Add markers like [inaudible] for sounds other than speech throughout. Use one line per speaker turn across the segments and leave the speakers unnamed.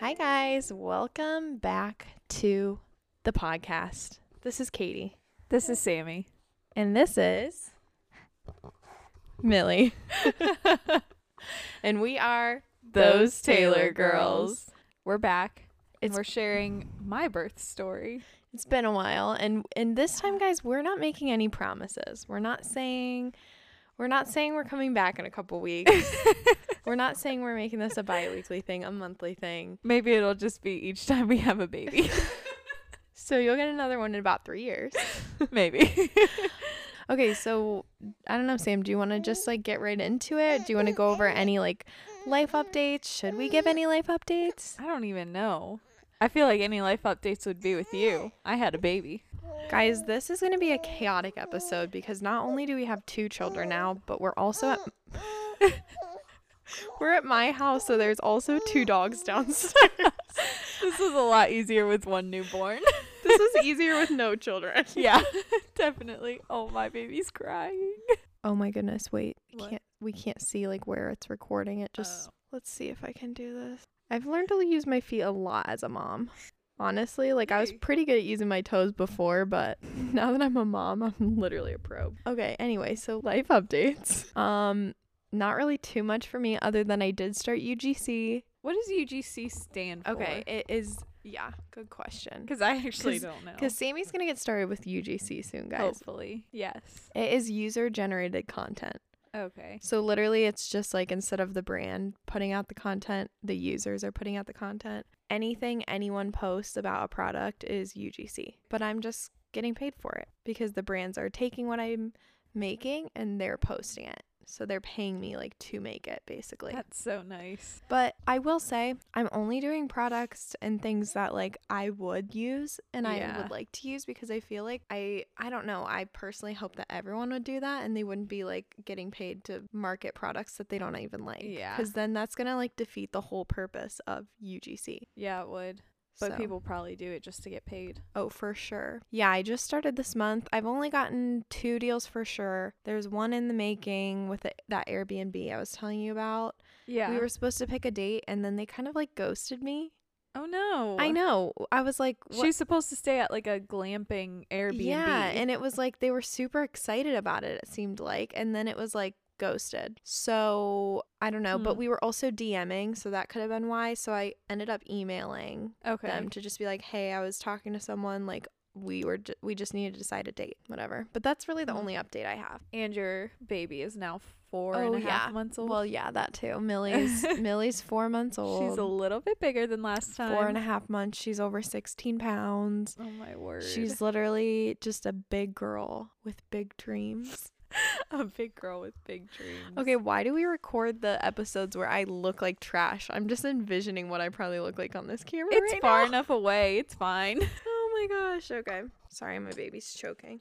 Hi, guys. Welcome back to the podcast. This is Katie,
This is Sammy.
and this is Millie. [laughs] and we are Those Taylor Girls.
We're back. And
It's-
we're sharing my birth story.
It's been a while and and this time guys, we're not making any promises. We're not saying we're not saying we're coming back in a couple weeks. [laughs] we're not saying we're making this a bi-weekly thing, a monthly thing.
Maybe it'll just be each time we have a [laughs] baby.
So you'll get another one in about 3 years.
Maybe.
Okay, so I don't know, Sam, do you want to just like get right into it? Do you want to go over any like life updates? Should we give any life updates?
I don't even know. I feel like any life updates would be with you. I had a [laughs] baby.
Guys, this is going to be a chaotic episode because not only do we have two children now, but we're also at We're at my house, so there's also two dogs downstairs. [laughs]
This is a lot easier with one newborn.
this is easier with no children.
[laughs] yeah, [laughs] definitely. Oh, my baby's crying.
[laughs] Oh my goodness, wait. we
What?
Can't we can't see like where it's recording. It just
Oh.
let's see if I can do this. I've learned to use my feet a lot as a mom. Honestly, like I was
Yay.
pretty good at using my toes before, but [laughs] now that I'm a mom, I'm literally a pro. Okay, anyway, so life updates. Um not really too much for me other than I did start UGC.
What does UGC stand for?
Okay, it is yeah, good question.
Because I actually
'Cause-
don't know.
Cuz Sammy's going to get started with UGC soon, guys.
Hopefully. Yes.
It is user generated content.
Okay.
So literally it's just like instead of the brand putting out the content, the users are putting out the content. Anything anyone posts about a product is UGC. But I'm just getting paid for it because the brands are taking what I'm making and they're posting it. So they're paying me like to make it basically.
That's so nice.
But I will say I'm only doing products and things that like I would use and I
Yeah.
would like to use because I feel like I I don't know, I personally hope that everyone would do that and they wouldn't be like getting paid to market products that they don't even like.
Yeah.
Cuz then that's going to like defeat the whole purpose of UGC.
Yeah, it would. But
So-
people probably do it just to get paid.
Oh, for sure. Yeah, I just started this month. I've only gotten two deals for sure. There's one in the making with the, that Airbnb I was telling you about.
Yeah.
We were supposed to pick a date and then they kind of like ghosted me.
oh no.
I know. I was like, what?
She's supposed to stay at like a glamping Airbnb.
yeah, and it was like they were super excited about it. It seemed like, and then it was like ghosted. So I don't know, but
Hmm.
we were also DMing, so that could have been why. So I ended up emailing
okay.
them to just be like, hey, I was talking to someone like. We were ju- we just needed to decide a date, whatever. But that's really the
Hmm.
only update I have.
And your baby is now four
Oh,
and a half
yeah.
months old.
Well, yeah, that too. [laughs] Millie's Millie's four months old.
She's a little bit bigger than last time.
four and a half months. She's over sixteen pounds.
Oh my word.
She's literally just a big girl with big dreams.
[laughs] a big girl with big dreams.
Okay, why do we record the episodes where I look like trash? I'm just envisioning what I probably look like on this camera.
It's
right
far
now.
enough away. It's fine.
[laughs]
[laughs]
Oh my gosh. Okay. Sorry, my baby's choking.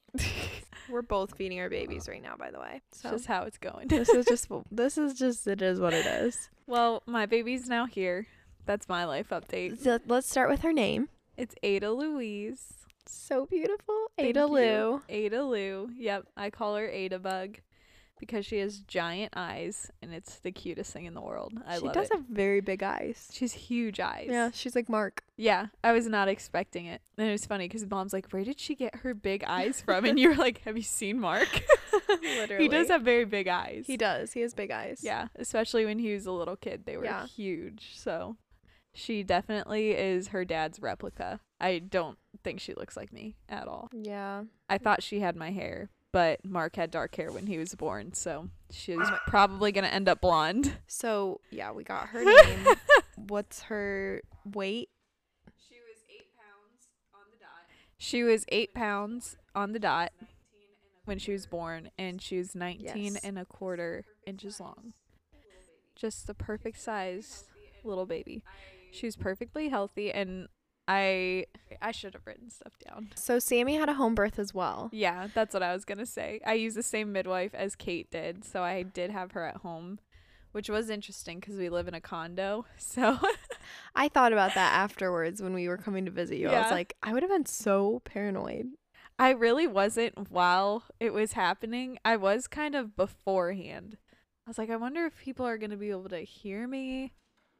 We're both feeding our babies right now, by the way.
It's
So
just how it's going.
this is just [laughs] this is just it is what it is.
[laughs] well, my baby's now here. That's my life update.
So let's start with her name.
It's Ada Louise.
So beautiful,
Thank
Ada
you.
Lou.
Ada Lou. Yep, I call her Ada Bug because she has giant eyes and it's the cutest thing in the world. I
she
love
does
it.
have very big eyes.
She's huge eyes.
Yeah, she's like Mark.
Yeah, I was not expecting it. And it was funny because mom's like, Where did she get her big
[laughs]
eyes from? And you were like, Have you seen Mark?
[laughs]
[laughs]
Literally,
he does have very big eyes.
He does. He has big eyes.
Yeah, especially when he was a little kid, they were
Yeah.
huge. So she definitely is her dad's replica. I don't think she looks like me at all.
Yeah.
I thought she had my hair, but Mark had dark hair when he was born, so she's
Oh my-
probably gonna end up blonde.
So yeah, we got her
[laughs]
name. What's her weight?
She was eight pounds on the dot. She was eight pounds on the dot when she was born, and she was nineteen
Yes.
and a quarter inches long. Just the perfect size little baby. She was perfectly healthy, and I I should have written stuff down.
So Sammy had a home birth as well.
Yeah, that's what I was gonna say. I used the same midwife as Kate did, so I did have her at home, which was interesting because we live in a condo. [laughs] So
I thought about that afterwards when we were coming to visit you. I was
Yeah.
like, I would have been so paranoid.
I really wasn't while it was happening. I was kind of beforehand. I was like, I wonder if people are gonna be able to hear me.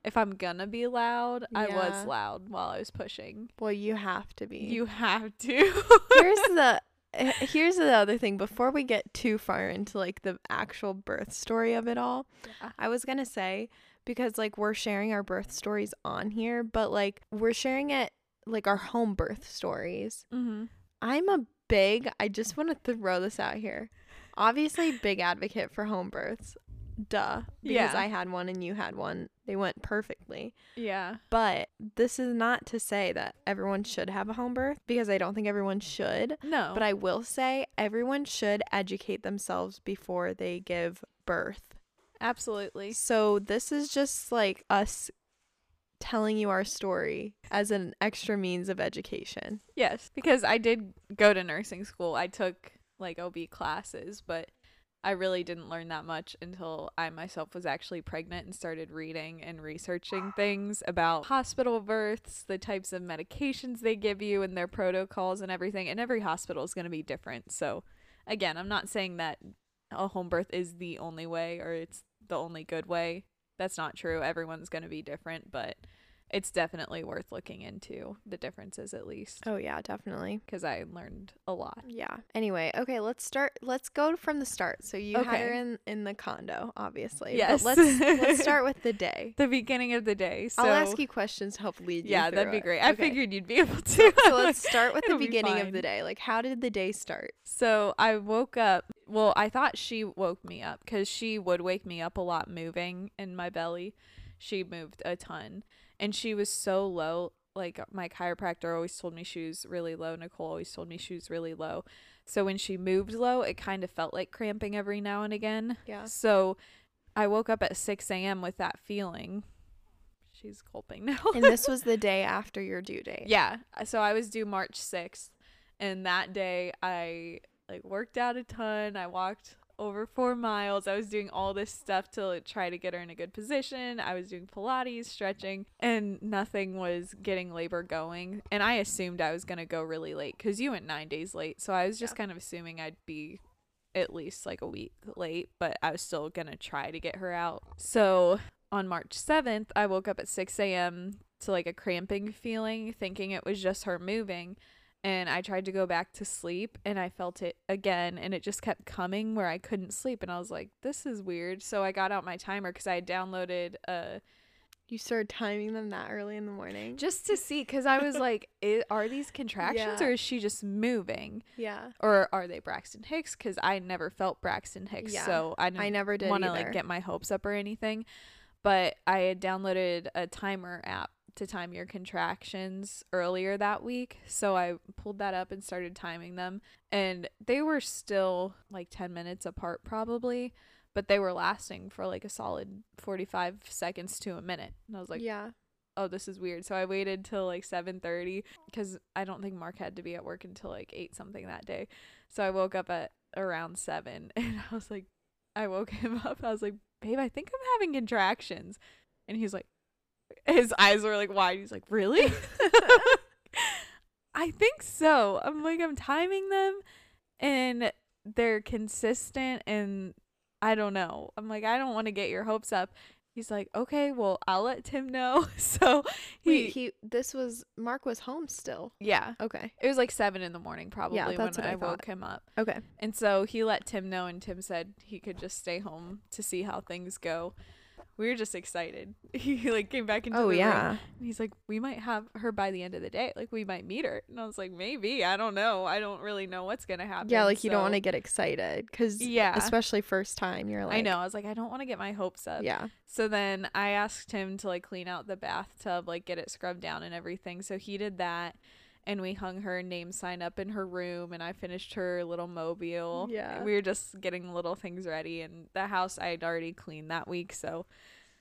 if I'm gonna be loud, I
Yeah.
was loud while I was pushing.
Well, you have to be.
You have to.
[laughs] here's the h- here's the other thing before we get too far into like the actual birth story of it all
Yeah.
i was gonna say because like we're sharing our birth stories on here but like we're sharing it like our home birth stories
[laughs] mm-hmm.
i'm a big i just want to throw this out here obviously big advocate for home births duh because
Yeah.
i had one and you had one they went perfectly
Yeah.
but this is not to say that everyone should have a home birth because i don't think everyone should
No.
but I will say everyone should educate themselves before they give birth.
absolutely.
So this is just like us telling you our story as an extra means of education.
Yes, because I did go to nursing school. I took like OB classes, but I really didn't learn that much until I myself was actually pregnant and started reading and researching things about hospital births, the types of medications they give you, and their protocols and everything. And every hospital is going to be different. So, again, I'm not saying that a home birth is the only way or it's the only good way. That's not true. Everyone's going to be different, but it's definitely worth looking into the differences at least
Oh yeah, definitely.
because I learned a lot.
Yeah. Anyway, okay, let's start let's go from the start. So you had
Okay.
her in in the condo, obviously.
Yes.
But let's
[laughs]
let's start with the day.
The beginning of the day. So
I'll ask you questions to help lead you.
Yeah, that'd
through
be
it.
great. I
Okay.
figured you'd be able to.
So let's
[laughs]
start with the
It'll be
beginning of
fine.
the day. Like how did the day start?
[laughs] So I woke up. Well, I thought she woke me up because she would wake me up a lot moving in my belly. She moved a ton. And she was so low. Like my chiropractor always told me she was really low. Nicole always told me she was really low. So when she moved low, it kind of felt like cramping every now and again.
Yeah.
So I woke up at 6 a.m. with that feeling. She's gulping [laughs] now.
and this was the day after your due date.
Yeah. So I was due March 6th. And that day I like worked out a ton. I walked over four miles. I was doing all this stuff to like, try to get her in a good position. I was doing Pilates, stretching, and nothing was getting labor going. And I assumed I was going to go really late because you went nine days late. So I was just
Yeah.
kind of assuming I'd be at least like a week late, but I was still going to try to get her out. So on March 7th, I woke up at 6 a.m. to like a cramping feeling, thinking it was just her moving. And I tried to go back to sleep and I felt it again and it just kept coming where I couldn't sleep. And I was like, this is weird. So I got out my timer because I had downloaded uh,
You started timing them that early in the morning.
just to see because I
[laughs]
was like, I- are these contractions
Yeah.
or is she just moving?
Yeah.
Or are they Braxton Hicks? Because I never felt Braxton Hicks.
Yeah.
So I, didn't
I never did
want to
either.
like get my hopes up or anything, but I had downloaded a timer app to time your contractions earlier that week. So I pulled that up and started timing them, and they were still like 10 minutes apart probably, but they were lasting for like a solid 45 seconds to a minute. And I was like,
yeah.
"Oh, this is weird." So I waited till like 7:30 cuz I don't think Mark had to be at work until like 8 something that day. So I woke up at around 7 [laughs] and I was like I woke him [laughs] up. I was like, "Babe, I think I'm having contractions." And he's like his eyes were like wide. He's like, "Really?" [laughs] I think so. I'm like I'm timing them and they're consistent and I don't know. I'm like I don't want to get your hopes up. He's like, "Okay, well, I'll let Tim know." [laughs] So he,
Wait, he this was Mark was home still.
yeah.
Okay.
It was like 7 in the morning probably when
that's what I
I
thought.
woke him up.
Okay.
And so he let Tim know, and Tim said he could just stay home to see how things go. We were just excited. [laughs] He like came back into
Oh
the room,
yeah.
and he's like, "We might have her by the end of the day. Like we might meet her." And I was like, "Maybe. I don't know. I don't really know what's gonna happen."
Yeah, like you don't want
So-
to get excited cuz
Yeah,
especially first time you're like
I know. I was like, I don't want to get my hopes up.
Yeah.
So then I asked him to like clean out the bathtub, like get it scrubbed down and everything. So he did that. And we hung her name sign up in her room, and I finished her little mobile.
Yeah.
We were just getting little things ready, and the house I had already cleaned that week, so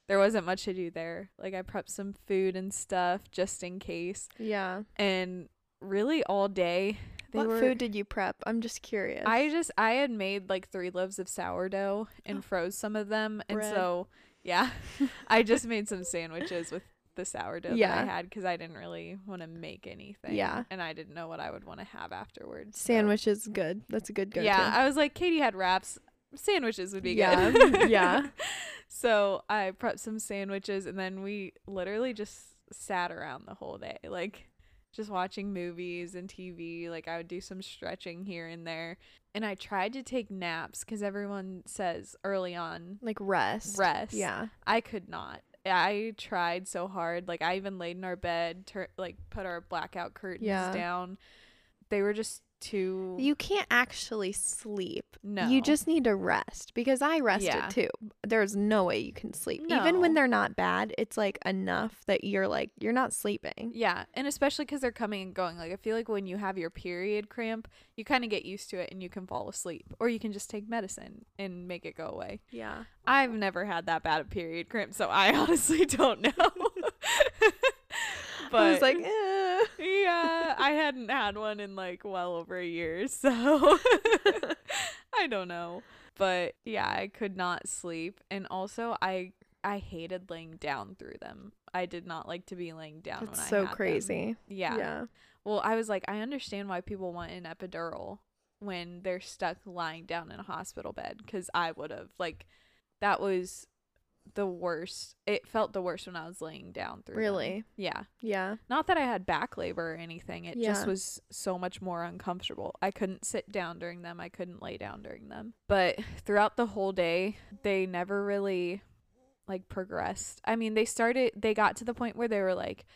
there wasn't much to do there. Like, I prepped some food and stuff just in case.
Yeah.
And really, all day, they
what
were.
food did you prep? I'm just curious.
I just I had made like three loaves of sourdough
[gasps]
and froze some of them, and
Bread.
so yeah, [laughs] I just made some sandwiches with the sourdough
Yeah.
that I had because I didn't really want to make anything.
Yeah.
and I didn't know what I would want to have afterwards. so-
sandwich is good. That's a good go-to.
Yeah, I was like, Katie had wraps. Sandwiches would
[laughs]
be
Yeah,
good.
yeah.
[laughs] So I prepped some sandwiches and then we literally just sat around the whole day, like just watching movies and TV. Like I would do some stretching here and there. And I tried to take naps because everyone says early on
Like rest.
rest.
Yeah.
I could not. I tried so hard. Like I even laid in our bed, tur- like put our blackout curtains
Yeah.
down. They were just too.
You can't actually sleep.
no.
You just need to rest because I rested
Yeah.
too. There's no way you can sleep. Even when
No.
they're not bad, it's like enough that you're like, you're not sleeping.
Yeah, and especially because they're coming and going. Like I feel like when you have your period cramp, you kind of get used to it and you can fall asleep, or you can just take medicine and make it go away.
Yeah.
I've never had that bad a period cramp, so I [laughs] honestly
[laughs]
don't know. but
I was like,
[laughs]
eh.
yeah,
[laughs]
I hadn't had one in like well over a year, so [laughs] I don't know. But yeah, I could not sleep and also I I hated laying down through them. I did not like to be laying down when
that's
I
so
had them.
crazy.
Yeah. Well, I was like I understand why people want an epidural when they're stuck lying down in a hospital bed cuz I would have like that was the worst. It felt the worst when I was laying down through them.
Really?
Yeah
Yeah.
not that I had back labor or anything. It
Yeah.
just was so much more uncomfortable. I couldn't sit down during them. I couldn't lay down during them. But throughout the whole day, they never really like progressed. I mean, they started they got to the point where they were like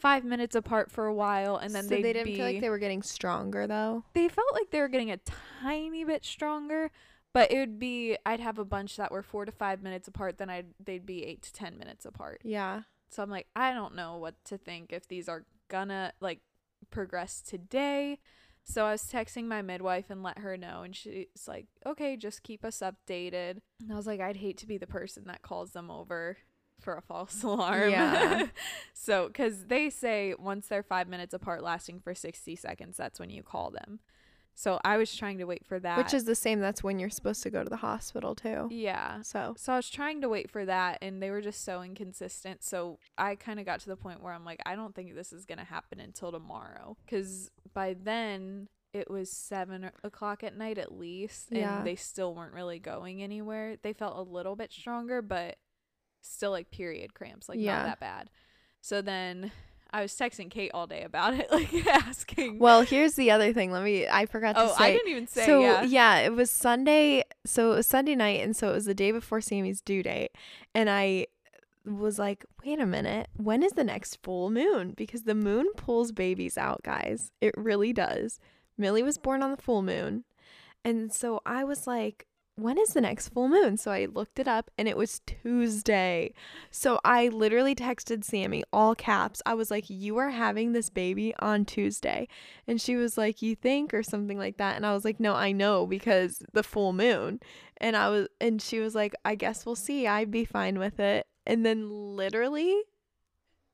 5 minutes apart for a while and then
so
they'd
they didn't
be,
feel like they were getting stronger though.
they felt like they were getting a tiny bit stronger, but it would be I'd have a bunch that were 4 to 5 minutes apart, then I'd they'd be 8 to 10 minutes apart.
Yeah.
So I'm like, I don't know what to think if these are gonna like progress today. So I was texting my midwife and let her know, and she's like, okay, just keep us updated. And I was like, I'd hate to be the person that calls them over for a false [laughs] alarm.
Yeah.
[laughs] so, because they say once they're five minutes apart, lasting for 60 seconds, that's when you call them. So I was trying to wait for that.
Which is the same. That's when you're supposed to go to the hospital too.
yeah.
So
So I was trying to wait for that and they were just so inconsistent. So I kind of got to the point where I'm like, I don't think this is going to happen until tomorrow. Because by then it was seven o- o'clock at night at least. And
Yeah.
they still weren't really going anywhere. They felt a little bit stronger, but still like period cramps, like
Yeah.
not that bad. So then I was texting Kate all day about it, [laughs] like asking.
well, here's the other thing. Let me I forgot to
oh,
say
I didn't even say,
so
yeah.
it was Sunday. So it was Sunday night, and so it was the day before Sammy's due date, and I was like, "Wait a minute, when is the next full moon? Because the moon pulls babies out, guys. It really does." Millie was born on the full moon, and so I was like, "When is the next full moon?" So I looked it up, and it was Tuesday. So I literally texted Sammy all caps. I was like, "You are having this baby on Tuesday." And she was like, "You think?" or something like that. And I was like, "No, I know because the full moon." And I was and she was like, "I guess we'll see. I'd be fine with it." And then literally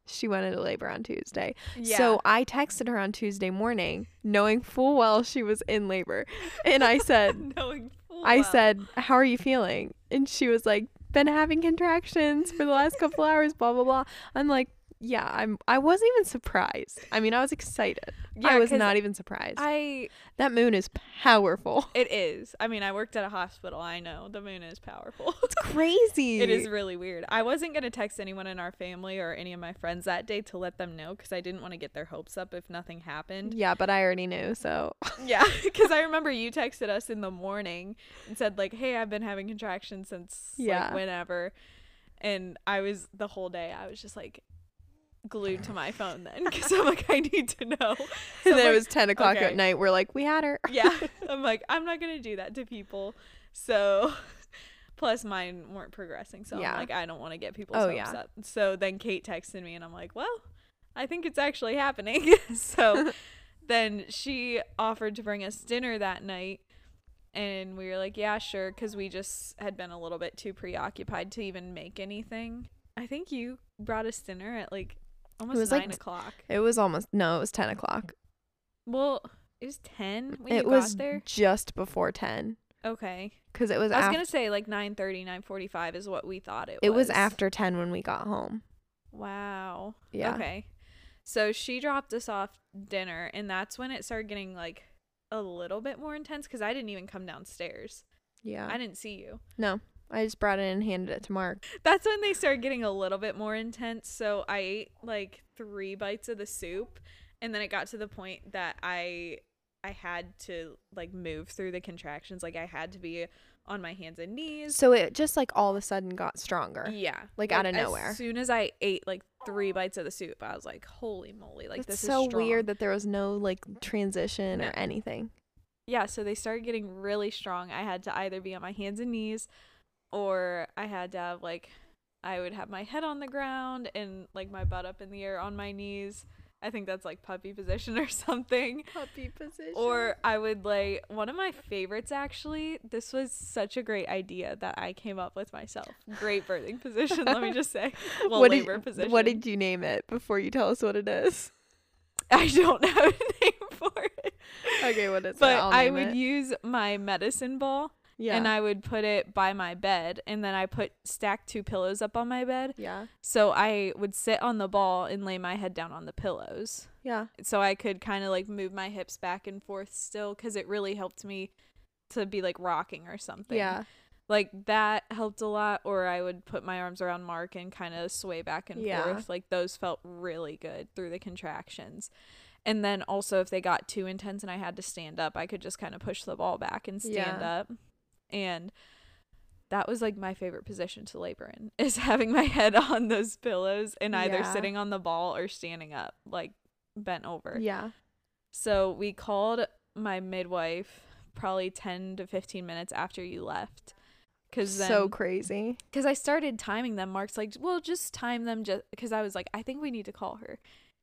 she went into labor on Tuesday.
yeah.
So I texted her on Tuesday morning, knowing full well she was in labor. And I said,
knowing [laughs] full
I
well.
said, "How are you feeling?" And she was like, "Been having contractions for the last couple hours, blah blah blah." I'm like, "Yeah, I'm I wasn't even surprised. I mean, I was excited. I
Yeah,
was
'cause
not even surprised.
I
That moon is powerful.
It is. I mean, I worked at a hospital. I know the moon is powerful. [laughs]
It's crazy.
it is really weird. I wasn't going to text anyone in our family or any of my friends that day to let them know because I didn't want to get their hopes up if nothing happened.
Yeah, but I already knew,
[laughs]
so [laughs]
yeah, because I remember you texted us in the morning and said, like, hey, I've been having contractions since
Yeah.
like whenever. And I was the whole day, I was just like glued to my phone then because I'm like, [laughs] I need to know. So
and then
I'm
it
like,
was ten o'clock
okay.
at night. We're like, we had her.
yeah [laughs] i'm like i'm not gonna do that to people so [laughs] plus mine weren't progressing so
Yeah.
i'm like i don't want to get people's
Oh,
hopes
yeah.
up so then kate texted me and i'm like well i think it's actually happening [laughs]
[laughs]
so then she offered to bring us dinner that night and we were like yeah sure because we just had been a little bit too preoccupied to even make anything i think you brought us dinner at like almost
was, like,
nine o'clock
[laughs] It was almost no, it was ten o'clock.
well it was 10 when you
it
got
was
there
just before ten
okay
because it was.
I was
af-
gonna say like 9:30, 9:45 is what we thought it,
it
was.
was after ten when we got home.
Wow.
Yeah.
Okay. So she dropped us off dinner, and that's when it started getting like a little bit more intense because I didn't even come downstairs.
Yeah.
I didn't see you. [laughs]
No. I just brought it and handed it to Mark.
That's when they started getting a little bit more intense. So I ate like three bites of the soup, and then it got to the point that I I had to like move through the contractions. Like I had to be on my hands and knees.
So it just like all of a sudden got stronger.
Yeah,
Like, out of
as
nowhere.
As soon as I ate like three bites of the soup, I was like, "Holy moly!" Like
Like
this
That's so
is strong.
weird that there was no like transition
No.
or anything.
yeah, so they started getting really strong. I had to either be on my hands and knees or I had to have like I would have my head on the ground and like my butt up in the air on my knees. I think that's like puppy [laughs] position or something.
Puppy position.
Or I would like one of my favorites actually. This was such a great idea that I came up with myself. Great birthing position,
[laughs]
let me just say. Well,
what
labor
did,
position.
What did you name it before you tell us what it is?
I don't [laughs] have a name for it.
Okay, what is it?
But
I'll
I
name
would
it.
use my medicine ball
yeah.
and I would put it by my bed, and then I put stack two pillows up on my bed.
yeah.
So I would sit on the ball and lay my head down on the pillows,
Yeah.
so I could kind of like move my hips back and forth still, because it really helped me to be like rocking or something.
Yeah.
like that helped a lot. Or I would put my arms around Mark and kind of sway back and
Yeah.
forth. Like those felt really good through the contractions. And then also, if they got too intense and I had to stand up, I could just kind of push the ball back and stand
Yeah.
up. And that was like my favorite position to labor in [laughs] is having my head [laughs] on those pillows and either
Yeah.
sitting on the ball or standing up, like bent over.
Yeah.
So we called my midwife probably 10 to 15 minutes after you left. Cause then,
So crazy.
because I started timing them. Mark's like, well, just time them just because I was like, I think we need to call her.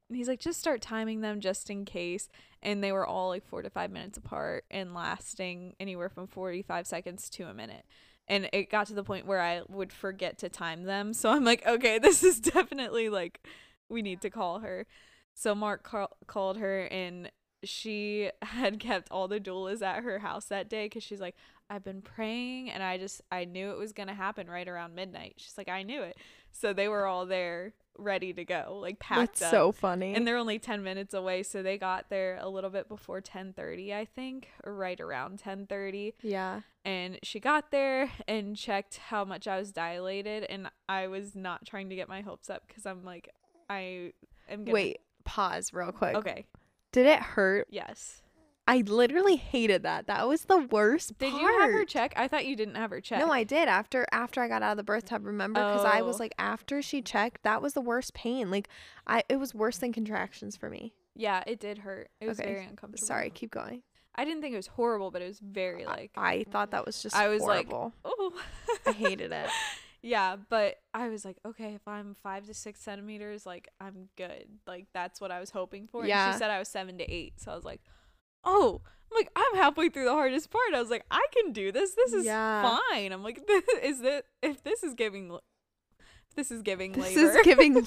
And he's like, just start timing them just in case. And they were all like four to five minutes apart and lasting anywhere from 45 seconds to a minute. And it got to the point where I would forget to time them. So I'm like, okay, [laughs] this is definitely like, we need to call her. So Mark call- called her and she [laughs] had kept all the doulas at her house that day because she's like, I've been praying and I just I knew it was gonna happen right around midnight. She's like, I knew it. So they were all there ready to go, like packed
That's
up.
so funny.
and they're only ten minutes away, so they got there a little bit before ten thirty, I think, or right around ten thirty.
yeah.
And she got there and checked how much I was dilated and I was not trying to get my hopes up because I'm like I am gonna
Wait, pause real quick.
Okay.
Did it hurt?
Yes.
I literally hated that. That was the worst
Did
part.
you have her check? I thought you didn't have her check.
No, I did after after I got out of the birth tub. Remember, because I
Oh.
was like, after she checked, that was the worst pain. Like, I it was worse than contractions for me.
Yeah, it did hurt. It was
Okay.
very uncomfortable.
Sorry, keep going.
I didn't think it was horrible, but it was very like,
I thought that was just
I was like-
horrible.
[laughs] oh,
I hated [laughs] it.
yeah, but I was like, okay, if I'm five to six centimeters, like I'm good. Like that's what I was hoping for. And
Yeah.
she said I was seven to eight, so I was like, oh, I'm like I'm halfway through the hardest part. I was like, I can do this. This is
Yeah.
fine. I'm like, [laughs] this, is that if this is giving, l- if this is giving
This
labor.
is
[laughs]
giving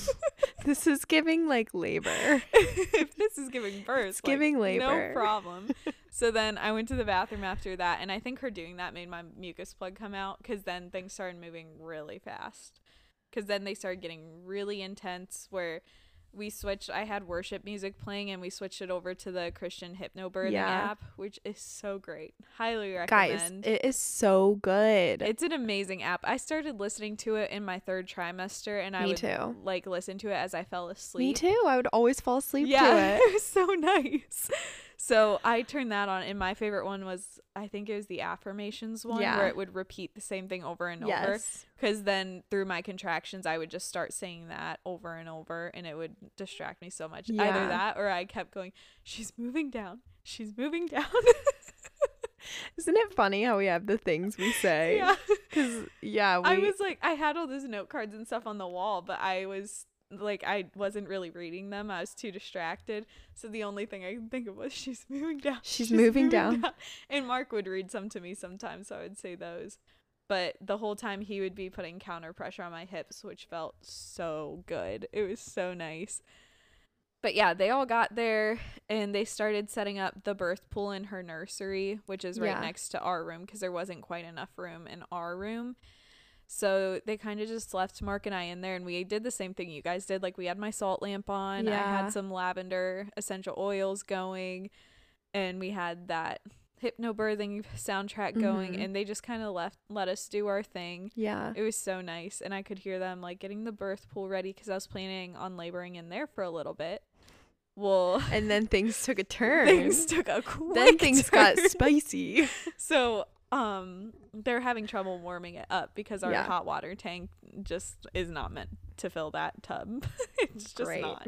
this is giving like labor.
if
[laughs]
[laughs] this is giving birth,
It's
like,
giving
no
labor. [laughs]
problem. so then I went to the bathroom after that, and I think her doing that made my mucus plug come out because then things started moving really fast. Because then they started getting really intense, where we switched. I had worship music playing, and we switched it over to the Christian hypnobirthing
Yeah.
app, which is so great. Highly
Guys,
recommend.
it is so good.
it's an amazing app. I started listening to it in my third trimester, and I
Me
would
too.
like listen to it as I fell asleep
Me too. I would always fall asleep
yeah, [laughs]
to it.
was so nice. So I turned that on, and my favorite one was I think it was the affirmations one where
Yeah.
it would repeat the same thing over and over.
Yes.
Because then through my contractions, I would just start saying that over and over, and it would distract me so much. Either
Yeah.
that, or I kept going. She's moving down. She's moving down. [laughs]
Isn't it funny how we have the things we say?
[laughs] yeah.
Cause yeah, we,
I was like, I had all those note cards and stuff on the wall, but I was like, I wasn't really reading them. I was too distracted. So the only thing I could think of was [laughs] she's moving down.
She's moving down."
And Mark would read some to me sometimes, so I would say those. But the whole time he would be putting counter pressure on my hips, which felt so good. It was so nice. But yeah, they all got there and they started setting up the birth pool in her nursery, which is right
Yeah.
next to our room because there wasn't quite enough room in our room. So they kind of just left Mark and I in there, and we did the same thing you guys did. Like we had my salt lamp on, I
Yeah.
had some lavender essential oils going, and we had that hypnobirthing soundtrack going
Mhm.
and they just kind of left let us do our thing. [laughs]
Yeah.
It was so nice and I could hear them like getting the birth pool ready cuz I was planning on laboring in there for a little bit. Well, [laughs]
And then things took a turn.
things took a [laughs] quick
then things got
[laughs] turn.
spicy.
So, um, they're having trouble warming it up because our
Yeah.
hot water tank just is not meant to fill that tub. [laughs] it's just
Great.
not.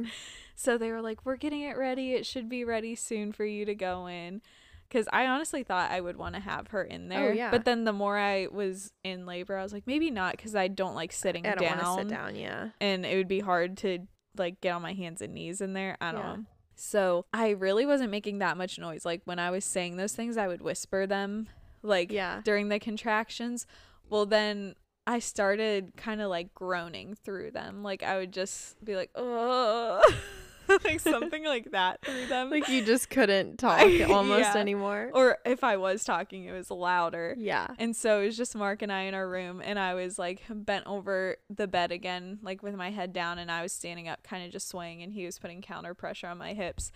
So they were like, "We're getting it ready. It should be ready soon for you to go in." Because I honestly thought I would want to have her in there.
Oh, yeah.
But then the more I was in labor, I was like, maybe not, because I don't like sitting
I don't
down,
want to sit down. Yeah.
and it would be hard to like get on my hands and knees in there. I don't
Yeah.
know. So I really wasn't making that much noise. Like when I was saying those things, I would whisper them. Like [laughs]
Yeah.
during the contractions. Well, then I started kind of like groaning through them. Like I would just be like, oh, [laughs] like something like that through them.
Like you just couldn't talk
[laughs] I-
almost
yeah.
anymore.
or if I was talking, it was louder. [laughs]
yeah.
And so it was just Mark and I in our room, and I was like bent over the bed again, like with my head down, and I was standing up, kind of just swaying, and he was putting counter pressure on my hips.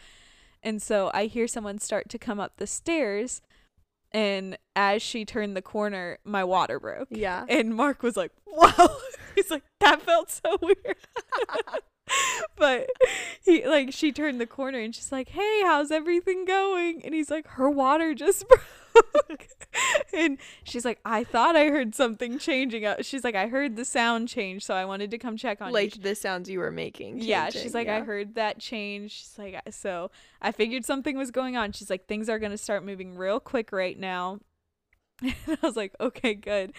And so I hear someone start to come up the stairs, and as she turned the corner, my water broke.
Yeah.
And Mark was like, "Wow!" [laughs] He's like, "That felt so weird." [laughs] but he like she turned the corner and she's like, "Hey, how's everything going?" And he's like, "Her water just [laughs] broke." and she's like, "I thought I heard something changing up." She's like, "I heard the sound change, so I wanted to come check on you."
Like the sounds you were making.
yeah,
changing,
she's like, I
yeah.
heard that change. She's like, "I- so I figured something was going on. She's like, things are going to start moving real quick right now. [laughs] And I was like, okay, good.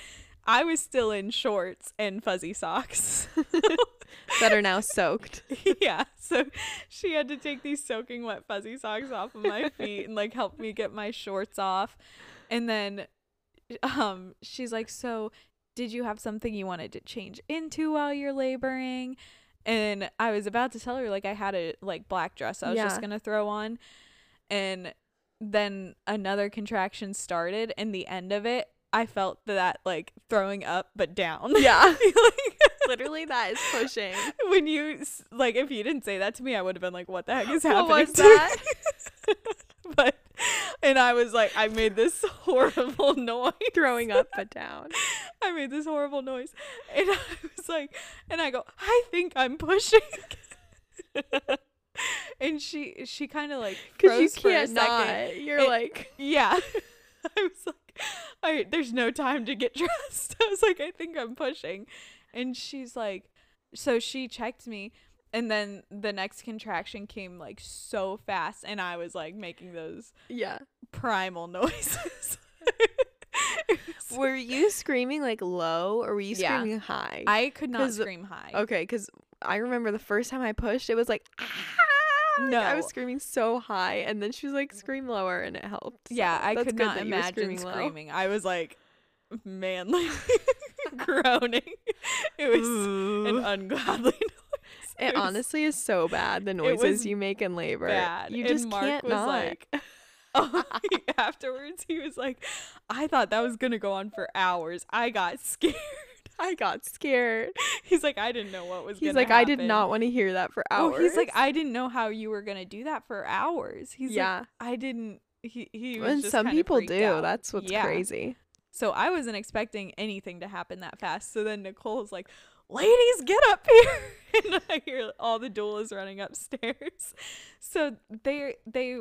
I was still in shorts and fuzzy
[laughs]
socks.
[laughs]
[laughs]
that are now soaked.
yeah, so she had to take these soaking wet fuzzy socks off of my feet and like help me get my shorts off. And then um she's like, "So, did you have something you wanted to change into while you're laboring?" And I was about to tell her like I had a like black dress I was just
Yeah.
going to throw on. And then another contraction started and the end of it I felt that like throwing up but down.
Yeah.
[laughs] Like-
[laughs] Literally, that is
[laughs]
pushing.
when you s- like if you didn't say that to me i would have been like what
[laughs]
the heck is
What
happening
was
to
that?
me?" [laughs] but and i was like i made this [laughs] horrible noise
Throwing up but [laughs] down.
[laughs] i made this horrible noise and i [laughs] was like and i go i think i'm pushing [laughs] and she she kind
[laughs]
of like
Because you
froze for a
can't
second.
not. You're
It-
like,
Yeah. [laughs] I was like, all right, there's no time to get [laughs] dressed. I was like, I think I'm pushing. And she's like, so she checked me. And then the next contraction came like so fast. And I was like making those
yeah.
primal [laughs] noises.
[laughs] Were you screaming like low or were you
Yeah.
screaming high?
I could not
'Cause- Oh,
scream high.
okay, because I remember the first time I pushed, it was like, [laughs] ah! Like, I was
No. Mm.
screaming so high, and then she was like, scream lower, and it helped. so
yeah, I
that's
could
good
not
that you were
imagine screaming. [laughs]
low.
I was like,
[laughs]
manly [laughs] groaning. It was an
Ooh.
ungodly [laughs] noise.
It
was-
honestly is so
[laughs]
bad the
was
noises you make in labor.
bad.
You
And
just
Mark
can't
was
not. [laughs]
like [laughs] oh, [laughs] afterwards he was like, I thought that was gonna go on for hours. I got scared. [laughs]
I got scared.
He's like, I didn't know what was
He's
gonna
like, I did
happen."
not want to hear that for hours.
Well, he's like, I didn't know how you were gonna do that for hours. He's like,
yeah.
I didn't he he was
and
just
some
kinda
people
freaked
do.
out.
That's what's
Yeah.
crazy.
So I wasn't expecting anything to happen that fast. So then Nicole's like, ladies, get up here. [laughs] And I hear all the doulas running upstairs. [laughs] So they they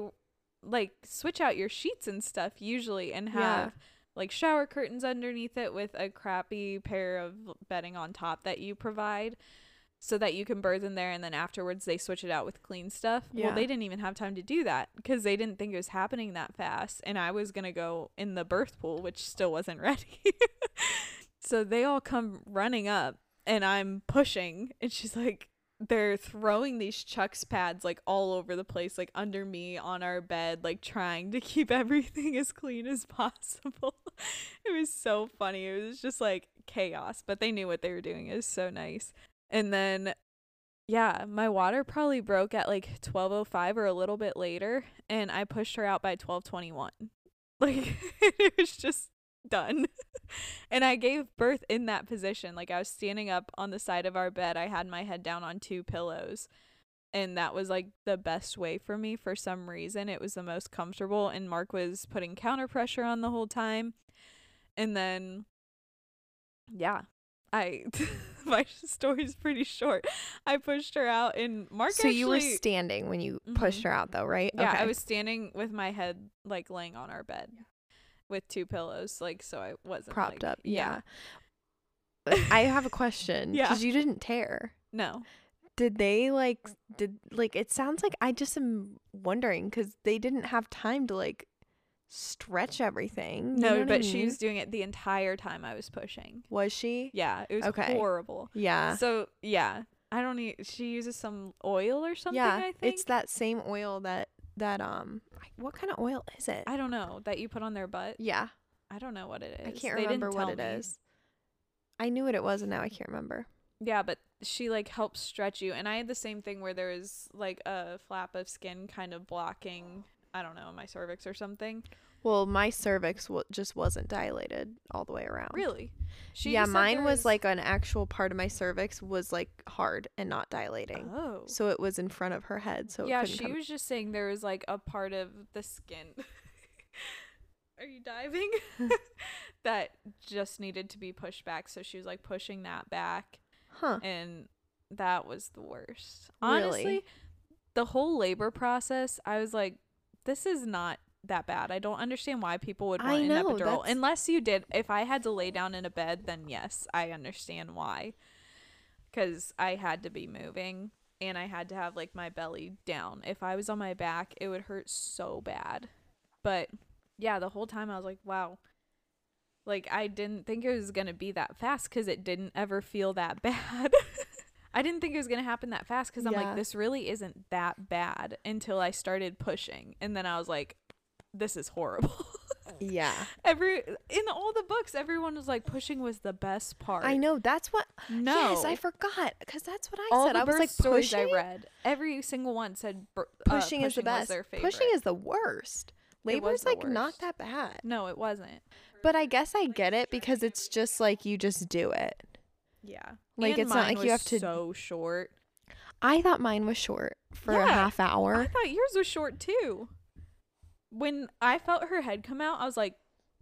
like switch out your sheets and stuff usually and
Yeah.
have like shower curtains underneath it with a crappy pair of bedding on top that you provide so that you can birth in there and then afterwards they switch it out with clean stuff.
Yeah.
Well, they didn't even have time to do that because they didn't think it was happening that fast and I was going to go in the birth pool which still wasn't [laughs] ready. so they all come running up and I'm pushing and she's like they're throwing these chucks pads like all over the place like under me on our bed like trying to keep [laughs] everything as clean as possible [laughs] it was so funny it was just like chaos but they knew what they were doing it was so nice and then yeah my water probably broke at like 1205 or a little bit later and i pushed her out by 1221 [laughs] like it was just done [laughs] and I gave birth in that position. Like I was standing up on the side of our bed. I had my head down on two pillows. and that was like the best way for me for some reason it was the most comfortable and mark was putting counter pressure on the whole time and then yeah i [laughs] my story's pretty short i pushed her out and mark
so you were
actually-
standing when you pushed
Mhm.
her out, though, right?
yeah i was standing with my head like laying on our bed with two pillows like so i wasn't
propped
like-
up. Yeah.
[laughs]
I have a question.
Yeah.
Because you didn't tear.
no
Did they like? s- Did like? It sounds like I just am wondering because they didn't have time to like stretch everything. You know
no
what I
but she
mean?
was doing it the entire time i was pushing
Was she?
yeah it was
Okay.
horrible
Yeah.
So yeah, I don't need. She uses some oil or something.
yeah.
I think
It's that same oil that that um. I- What kind of oil is it?
I don't know that you put on their butt.
yeah.
I don't know what it is.
I can't
They didn't
remember what
tell
it is.
me.
I knew what it was, and now I can't remember.
Yeah, but she like helps stretch you, and I had the same thing where there was like a flap of skin kind of blocking. I don't know my cervix or something.
Well, my cervix w- just wasn't dilated all the way around.
Really?
yeah,
just said
mine
there
was like an actual part of my cervix was like hard and not dilating.
oh.
So it was in front of her head, so it
yeah,
couldn't
she
come-
was just saying there was like a part of the skin. [laughs] Are you
[laughs]
diving? [laughs] that just needed to be pushed back. So she was like pushing that back.
Huh.
and that was the worst.
Really?
Honestly, the whole labor process, I was like, this is not that bad. I don't understand why people would
I
want
know,
an epidural.
that's-
Unless you did, if I had to lay down in a bed, then yes, I understand why. Because I had to be moving and I had to have like my belly down. If I was on my back, it would hurt so bad. But yeah, the whole time I was like, wow. Like I didn't think it was going to be that fast cuz it didn't ever feel that [laughs] bad. I didn't think it was going to happen that fast cuz I'm
Yeah.
like this really isn't that bad until I started pushing and then I was like this is horrible. [laughs]
Yeah.
Every in all the books everyone was like pushing was the best part.
I know. That's what.
No.
Yes, I forgot because that's what I
all
said.
the
I was
birth
like
stories
pushing.
I read, every single one said br- uh,
Pushing, is the
was
best.
their
Pushing
favorite.
is the worst. Labor
was
is
the
like not
worst.
that bad.
no, it wasn't.
But I guess I get it because it's just like you just do it.
Yeah,
Like, it's not
mine
like you have
was
to-
So short.
I thought mine was short for a
Yeah.
half
I
hour.
thought yours was short too. When I felt her head come out, I was like,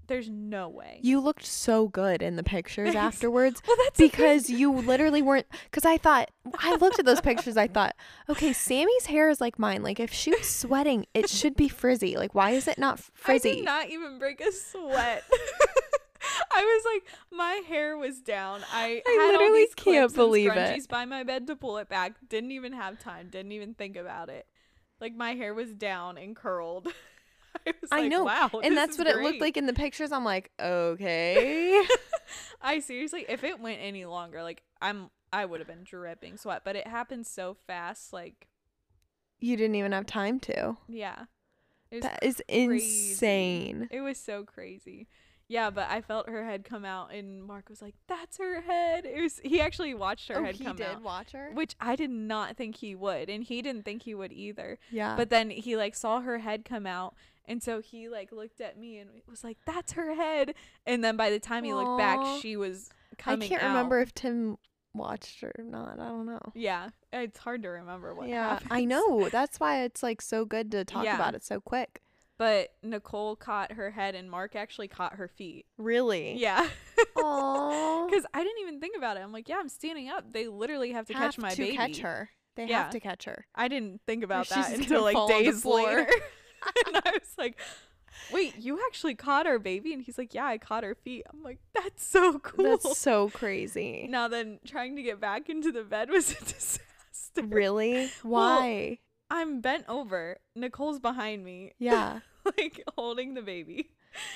"There's no way."
You looked so good in the pictures
[laughs] Thanks.
afterwards.
[laughs] well, that's the thing.
because you literally weren't because i thought i looked at those pictures i thought okay sammy's hair is like mine like if she was sweating it should be frizzy like why is it not f-
[laughs] I
frizzy
did not even break
[laughs]
a sweat. [laughs] I was like, my hair was down. I,
I
had all
literally
these
can't
clips
believe it.
and scrunchies by my bed to pull it back. Didn't even have time. Didn't even think about it. Like my hair was down and curled. [laughs] I was
I
like,
know,
wow,
and
this
that's
is
what it
great."
looked like in the pictures i'm like [laughs] okay
I seriously, if it went any longer, like I'm, I would have been dripping sweat. But it happened so fast. Like,
you didn't even have time to
yeah, it was
that is
crazy.
insane
It was so crazy. Yeah, but I felt her head come out, and Mark was like, "That's her head." It was. He actually watched her
oh
head
he
come
did
out,
watch her
which I did not think he would, and he didn't think he would either.
yeah
But then he like saw her head come out, and so he like looked at me and was like, "That's her head." And then by the time he looked
Aw.
back, she was
i
coming.
can't
out.
remember if tim watched or not i don't know
Yeah, it's hard to remember what.
yeah i
happens.
know that's why it's like so good to talk
Yeah.
about it so quick
But Nicole caught her head, and Mark actually caught her feet.
really
Yeah. [laughs]
Aww.
Because I didn't even think about it. I'm like, yeah, I'm standing up. They literally have to catch my baby.
catch her. They
Yeah.
have to catch her.
I didn't think about
she's
that
just gonna
until like
fall on the
days
floor.
later.
[laughs]
[laughs] and I was like, wait, you actually caught our baby? And he's like, yeah, I caught her feet. I'm like, that's so [laughs] [laughs] cool.
That's so crazy.
now then, trying to get back into the bed [laughs] was a disaster. [laughs]
Really? Why?
I'm bent over. Nicole's behind me,
yeah.
[laughs] like holding the baby.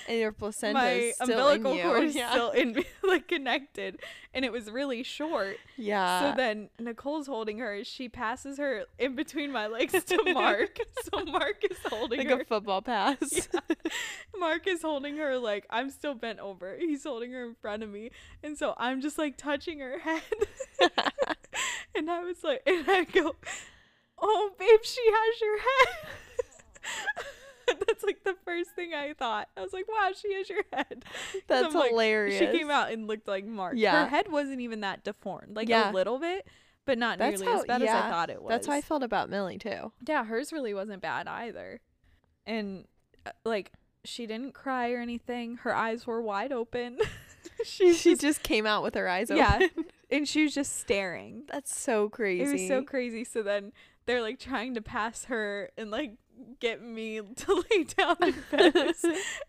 And your placenta
my
is still
umbilical
in you. [laughs]
cord is
yeah.
still in me, [laughs] like connected, and it was really short.
yeah.
So then Nicole's holding her. She passes her in between my
[laughs]
legs to Mark. so Mark is holding
like
her.
a
[laughs]
football pass. [laughs]
Mark is holding her like I'm still bent over. He's holding her in front of me. And so I'm just like touching
[laughs]
her head. and I was like and I go, "Oh, babe, she has your head." [laughs] That's like the first thing I thought. I was like, "Wow, she has your head." 'Cause
That's
I'm like,
hilarious.
She came out and looked like Mark.
Yeah.
Her head wasn't even that deformed. Like
Yeah.
a little bit, but not
That's
nearly as
how-
bad as I
yeah,
thought it was.
That's how I felt about Millie too.
[laughs] yeah, hers really wasn't bad either. And uh, like she didn't cry or anything. Her eyes were wide open. [laughs] she
She
just,
just came out with her eyes open. [laughs]
yeah, and she was just staring.
That's so crazy.
It was so crazy. So then they're like trying to pass her and like get me [laughs] to lay down in
[laughs]
bed.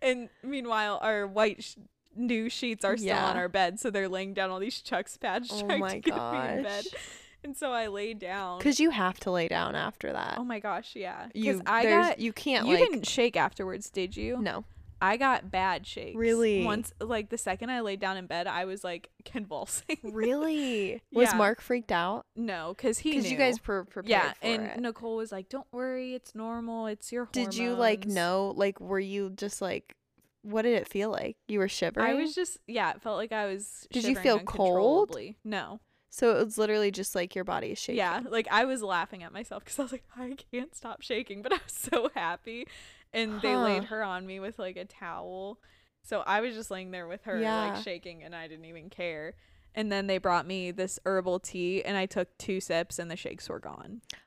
and meanwhile, our white sh- new sheets are still
Yeah.
on our bed, so they're laying down all these Chuck's pads
Oh
trying
my
to get me in bed.
gosh.
And so I lay down.
Cause you have to lay down after that.
Oh my gosh, yeah. Because
you
I
there's-
got
you can't
you
like
didn't shake afterwards, did you? [laughs]
no.
I got bad shakes.
Really?
Once, like the second I laid down in bed, I was like convulsing. [laughs]
Really? Was
Yeah.
Mark freaked out?
no, because he
Because you
knew.
guys were prepared
yeah,
for
and
it.
Nicole was like, "Don't worry, it's normal. It's your
Did you like
hormones."
know? Like, were you just like, what did it feel like? You were shivering.
I was just yeah, it felt like I was.
Did you
shivering
feel cold?
uncontrollably. No.
so it was literally just like your body is shaking.
Yeah, like I was laughing at myself because I was like, [laughs] I can't stop shaking, but I was so happy. And they laid
Huh.
her on me with like a towel, so I was just laying there with her
Yeah.
like shaking, and I didn't even care. And then they brought me this herbal tea, and I took two sips, and the shakes were gone. [laughs]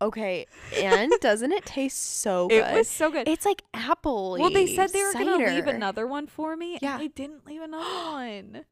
Okay. And doesn't it taste so good?
It was so good.
It's like apple.
well, they said they were gonna leave
cider.
another one for me,
Yeah.
and they didn't leave another one.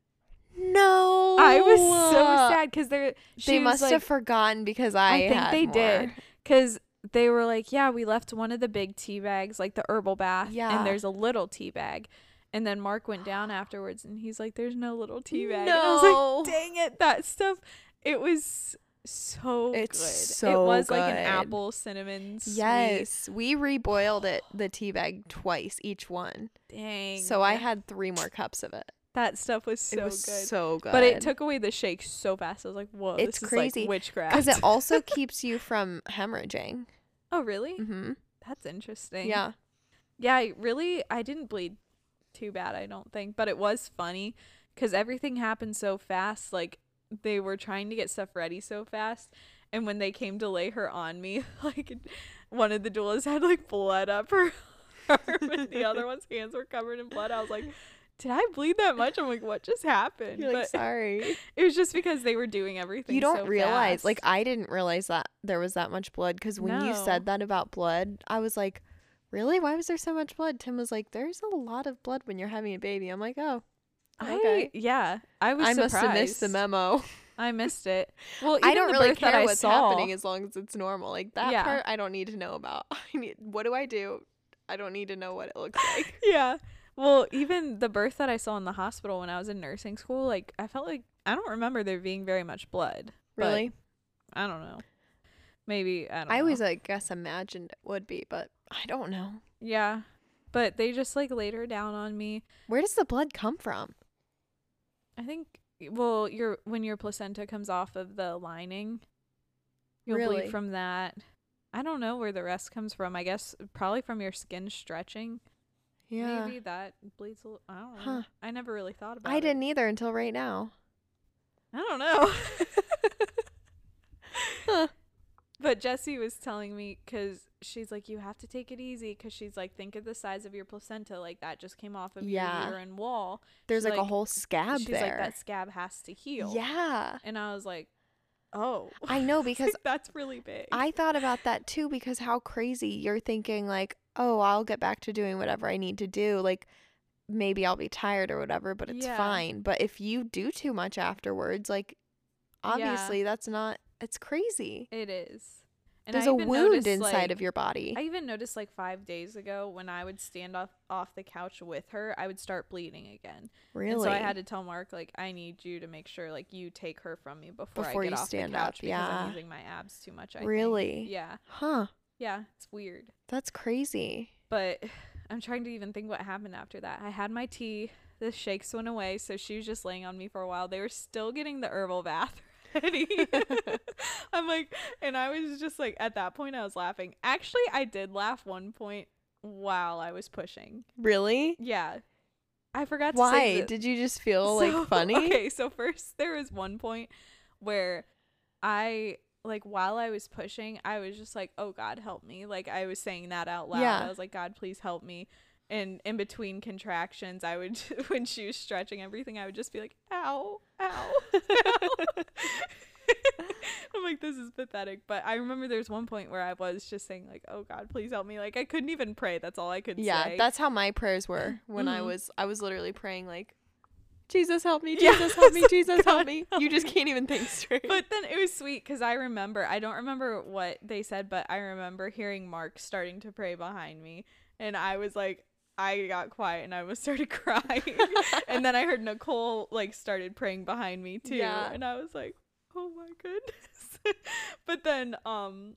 No.
I was so sad because they're
They
she was
must
like,
have forgotten because I,
I think
had
they
more.
did because they were like, yeah, we left one of the big tea bags, like the herbal bath,
Yeah.
and there's a little tea bag. And then Mark went down afterwards, and he's like, "There's no little tea bag." And I was
No.
like, "Dang it, that stuff! It was so
It's
good.
so
it was like an
good.
apple cinnamon. sweet-
Yes, we reboiled it the tea bag twice each one.
dang.
So I had three more cups of it.
that stuff was so
it was
good.
so good.
but it took away the shake so fast. I was like, "Whoa,
It's
this is
crazy,
like witchcraft."
because it
[laughs]
also keeps you from hemorrhaging.
oh, really?
hmm
That's interesting.
Yeah.
yeah I really i didn't bleed too bad i don't think but it was funny because everything happened so fast like they were trying to get stuff ready so fast and when they came to lay her on me [laughs] like one of the doulas had like blood up her arm and the other one's hands were covered in blood i was like did i bleed that much i'm like what just happened
You're like,
but [laughs]
sorry.
it was just because they were doing everything
You don't
so
realize, like,
fast.
I didn't realize that there was that much blood because when you
No.
said that about blood, I was like, really? Why was there so much blood? Tim was like, there's a lot of blood when you're having a baby. I'm like, oh,
I,
okay.
yeah i was
I must have missed the
surprised.
memo.
i missed it well
[laughs]
even
I don't
the
really
birth
care
that I
what's
saw,
happening as long as it's normal. Like that
Yeah.
part, I don't need to know about. [laughs] I need, what do I do? I don't need to know what it looks like.
[laughs] yeah. Well, even the birth that I saw in the hospital when I was in nursing school, like I felt like I don't remember there being very much blood. but
really?
I don't know. Maybe I don't.
I
know.
always, I guess, imagined it would be, but I don't know.
yeah, but they just like laid her down on me.
Where does the blood come from?
I think well, your when your placenta comes off of the lining, you'll
Really?
bleed from that. I don't know where the rest comes from. I guess probably from your skin stretching. Maybe that bleeds a little. I don't know.
Huh.
I never really thought about it.
I didn't either until right now.
I don't know.
[laughs] Huh.
But Jesse was telling me because she's like, you have to take it easy because she's like, think of the size of your placenta. Like that just came off of
Yeah.
your uterine wall.
There's
She's
like,
like-
a whole scab
she's like,
there.
that scab has to heal.
yeah.
And I was like, oh.
I know
It's
because
[laughs] like, that's really big.
I thought about that too because how crazy you're thinking like, "Oh, I'll get back to doing whatever I need to do." Like maybe I'll be tired or whatever, but it's
Yeah.
fine. But if you do too much afterwards, like
Yeah.
obviously that's not it's crazy.
it is. And
There's
a
a wound inside of your body.
I even noticed like five days ago when I would stand off off the couch with her, I would start bleeding again.
really.
And so I had to tell Mark like I need you to make sure like you take her from me before,
Before
I get
you
off
stand
the
up,
couch because I'm
yeah.
using my abs too much. I think.
Really?
Yeah.
Huh.
Yeah. It's weird,
That's crazy.
but I'm trying to even think what happened after that. I had my tea. The shakes went away, so she was just laying on me for a while. They were still getting the herbal bath [laughs] ready. I'm like, and I was just like, at that point, I was laughing. Actually, I did laugh one point while I was pushing.
Really?
Yeah. I forgot to say
Why?
that-
Did you just feel
[laughs] So-
like funny?
Okay, so first there was one point where I like while I was pushing, I was just like, "Oh God, help me!" Like I was saying that out loud.
Yeah.
I was like, "God, please help me." And in between contractions, I would [laughs] when she was [laughs] stretching everything, I would just be like, "Ow, ow." ow." like, this is pathetic. But I remember there's one point where I was just saying, like, oh God, please help me. Like, I couldn't even pray. That's all I could
yeah,
say.
that's how my prayers [laughs] were when I
Mhm.
was I was literally praying like Jesus help me,
Yeah.
Jesus help [laughs] me, Jesus help
God
me.
help
You just
me.
can't even think straight. [laughs]
but then it was sweet because I remember, I don't remember what they said, but I remember hearing Mark starting to pray behind me. And I was like, I got quiet and I was [laughs] started crying. and then I heard Nicole like started praying behind me too.
Yeah.
And I was like, oh my goodness. [laughs] but then um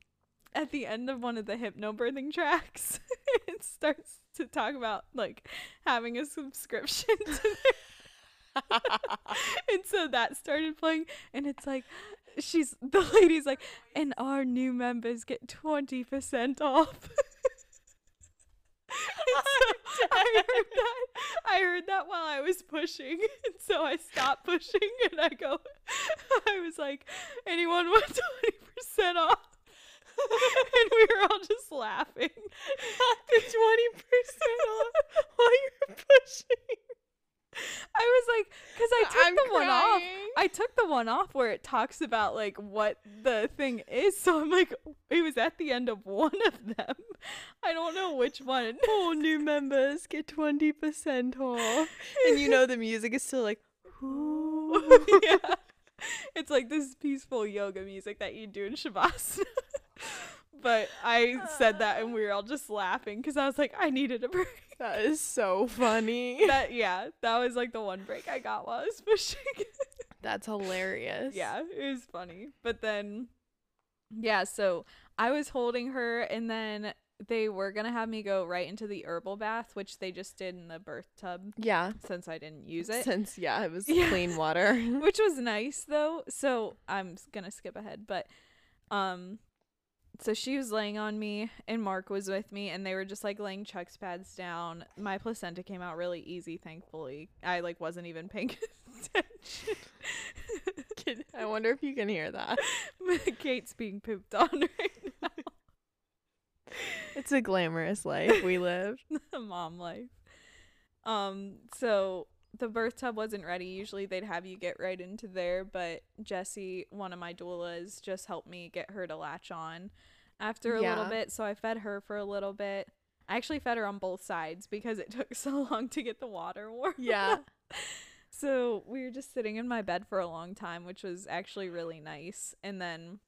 at the end of one of the hypnobirthing tracks, [laughs] it starts to talk about like having a subscription [laughs] to their [laughs] and so that started playing and it's like she's [laughs] the lady's like and our new members get 20% off [laughs] And so I heard that I heard that while I was pushing [laughs] and so I stopped pushing and I go [laughs] I was like anyone want 20% off [laughs] and we were all just laughing [laughs] the 20% off while you're pushing I was like, because
[laughs]
I took
I'm
the one off.
crying. [laughs]
I took the one off where it talks about like what the thing is. So I'm like, it was at the end of one of them. I don't know which one. [laughs]
All new members get twenty percent off. [laughs] And you know the music is still like
yeah. It's like this peaceful yoga music that you do in Shavasana. [laughs] but I said that and we were all just laughing because I was like, I needed a break.
[laughs]
[laughs]
that is so [laughs] funny.
That yeah, that was like the one break I got while I was pushing.
That's hilarious.
Yeah, it was funny. But then, yeah, so I was holding her, and then they were going to have me go right into the herbal bath, which they just did in the bathtub
Yeah.
since I didn't use it,
Since yeah, it was
Yeah.
clean [laughs] water.
[laughs] which was nice though. So I'm going to skip ahead, but um so she was laying on me and Mark was with me and they were just like laying chucks pads down. My placenta came out really easy, thankfully. I like wasn't even paying [laughs] attention.
I wonder if you can hear that.
[laughs] Kate's being pooped on [laughs] right now.
[laughs] It's a glamorous life we live.
the mom life. Um, so the birth tub wasn't ready. Usually they'd have you get right into there, but Jessie, one of my doulas, just helped me get her to latch on after a little
Yeah.
bit. So I fed her for a little bit. I actually fed her on both sides because it [laughs] took so long to get the water warm.
[laughs] [laughs] Yeah.
So we were just sitting in my bed for a long time, which was actually really nice. And then,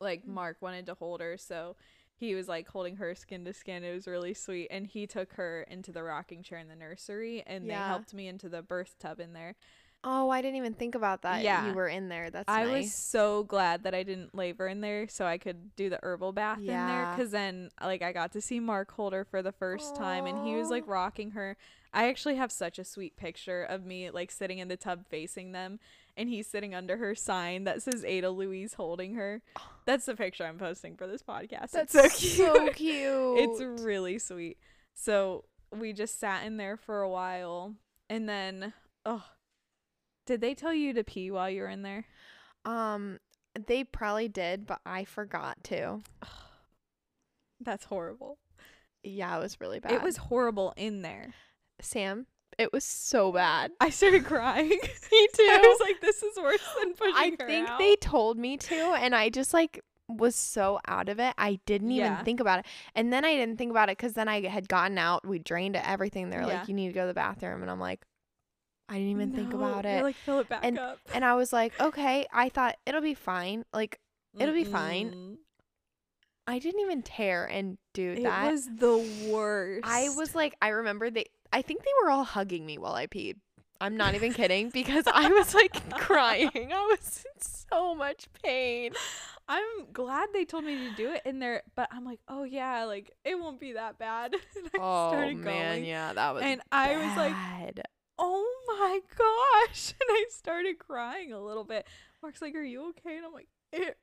like, Mark wanted to hold her, so he was like holding her skin to skin. It was really sweet. And he took her into the rocking chair in the nursery, and they
Yeah.
helped me into the birth tub in there.
Oh, I didn't even think about that.
Yeah.
You were in there. That's
I was
nice.
so glad that I didn't labor in there so I could do the herbal bath in there
Yeah.
because then like I got to see Mark hold her for the first time and he was like
Aw.
rocking her. I actually have such a sweet picture of me like sitting in the tub facing them and he's sitting under her sign that says Ada Louise holding her. That's the picture I'm posting for this podcast. It's
so cute.
[laughs] it's really sweet. So we just sat in there for a while and then oh did they tell you to pee while you were in there?
um they probably did, but I forgot to.
That's horrible.
Yeah, it was really bad.
It was horrible in there.
Sam. It was so bad.
I
[laughs]
started crying. Me [laughs] I
too.
was like, this is worse than pushing
I
her
think
out.
they told me to and I just like was so out of it. I didn't
Yeah.
even think about it. And then I didn't think about it cuz then I had gotten out, we drained it, everything. They're
Yeah.
like you need to go to the bathroom and I'm like I didn't even think
No,
about
You're
it.
like, fill it back up.
and I was like, okay, I thought it'll be fine. Like it'll be fine.
Mm-mm.
I didn't even tear and do
It
that.
was the worst.
I was like, I remember they. I think they were all hugging me while I peed. I'm not even kidding because I was [laughs] like crying. I was in so much [laughs] pain.
[laughs] I'm glad they told me to do it in there, but I'm like, oh yeah, like it won't be that bad. [laughs] and I started going.
Oh, yeah, that was.
And I was like, oh my gosh. [laughs] And I started crying a little bit. Mark's like, are you okay? And I'm like, it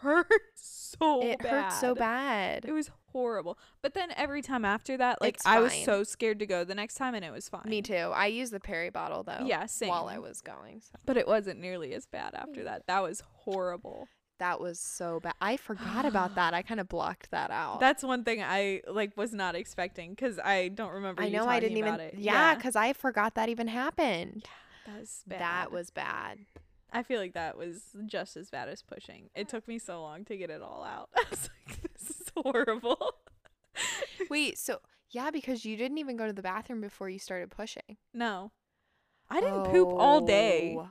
hurt [laughs] so
it
bad.
hurt so bad.
It was horrible. But then every time after that, like
It's
I was
fine.
so scared to go the next time and it was fine.
me too. I used the Perry bottle though.
Yeah, same.
While I was Mm. going, so
But it wasn't nearly as bad after that. That was horrible.
that was so bad. I forgot [gasps] about that. I kind of blocked that out.
That's one thing I like was not expecting cuz I don't remember
I
you
know I
talking
didn't even.
about it.
Yeah, because I forgot that even happened.
that was bad.
That was bad.
I feel like that was just as bad as pushing. It took me so long to get it all out. [laughs] I was like, this is horrible. [laughs]
Wait, so yeah, because you didn't even go to the bathroom before you started pushing.
No. I didn't poop all day.
Oh.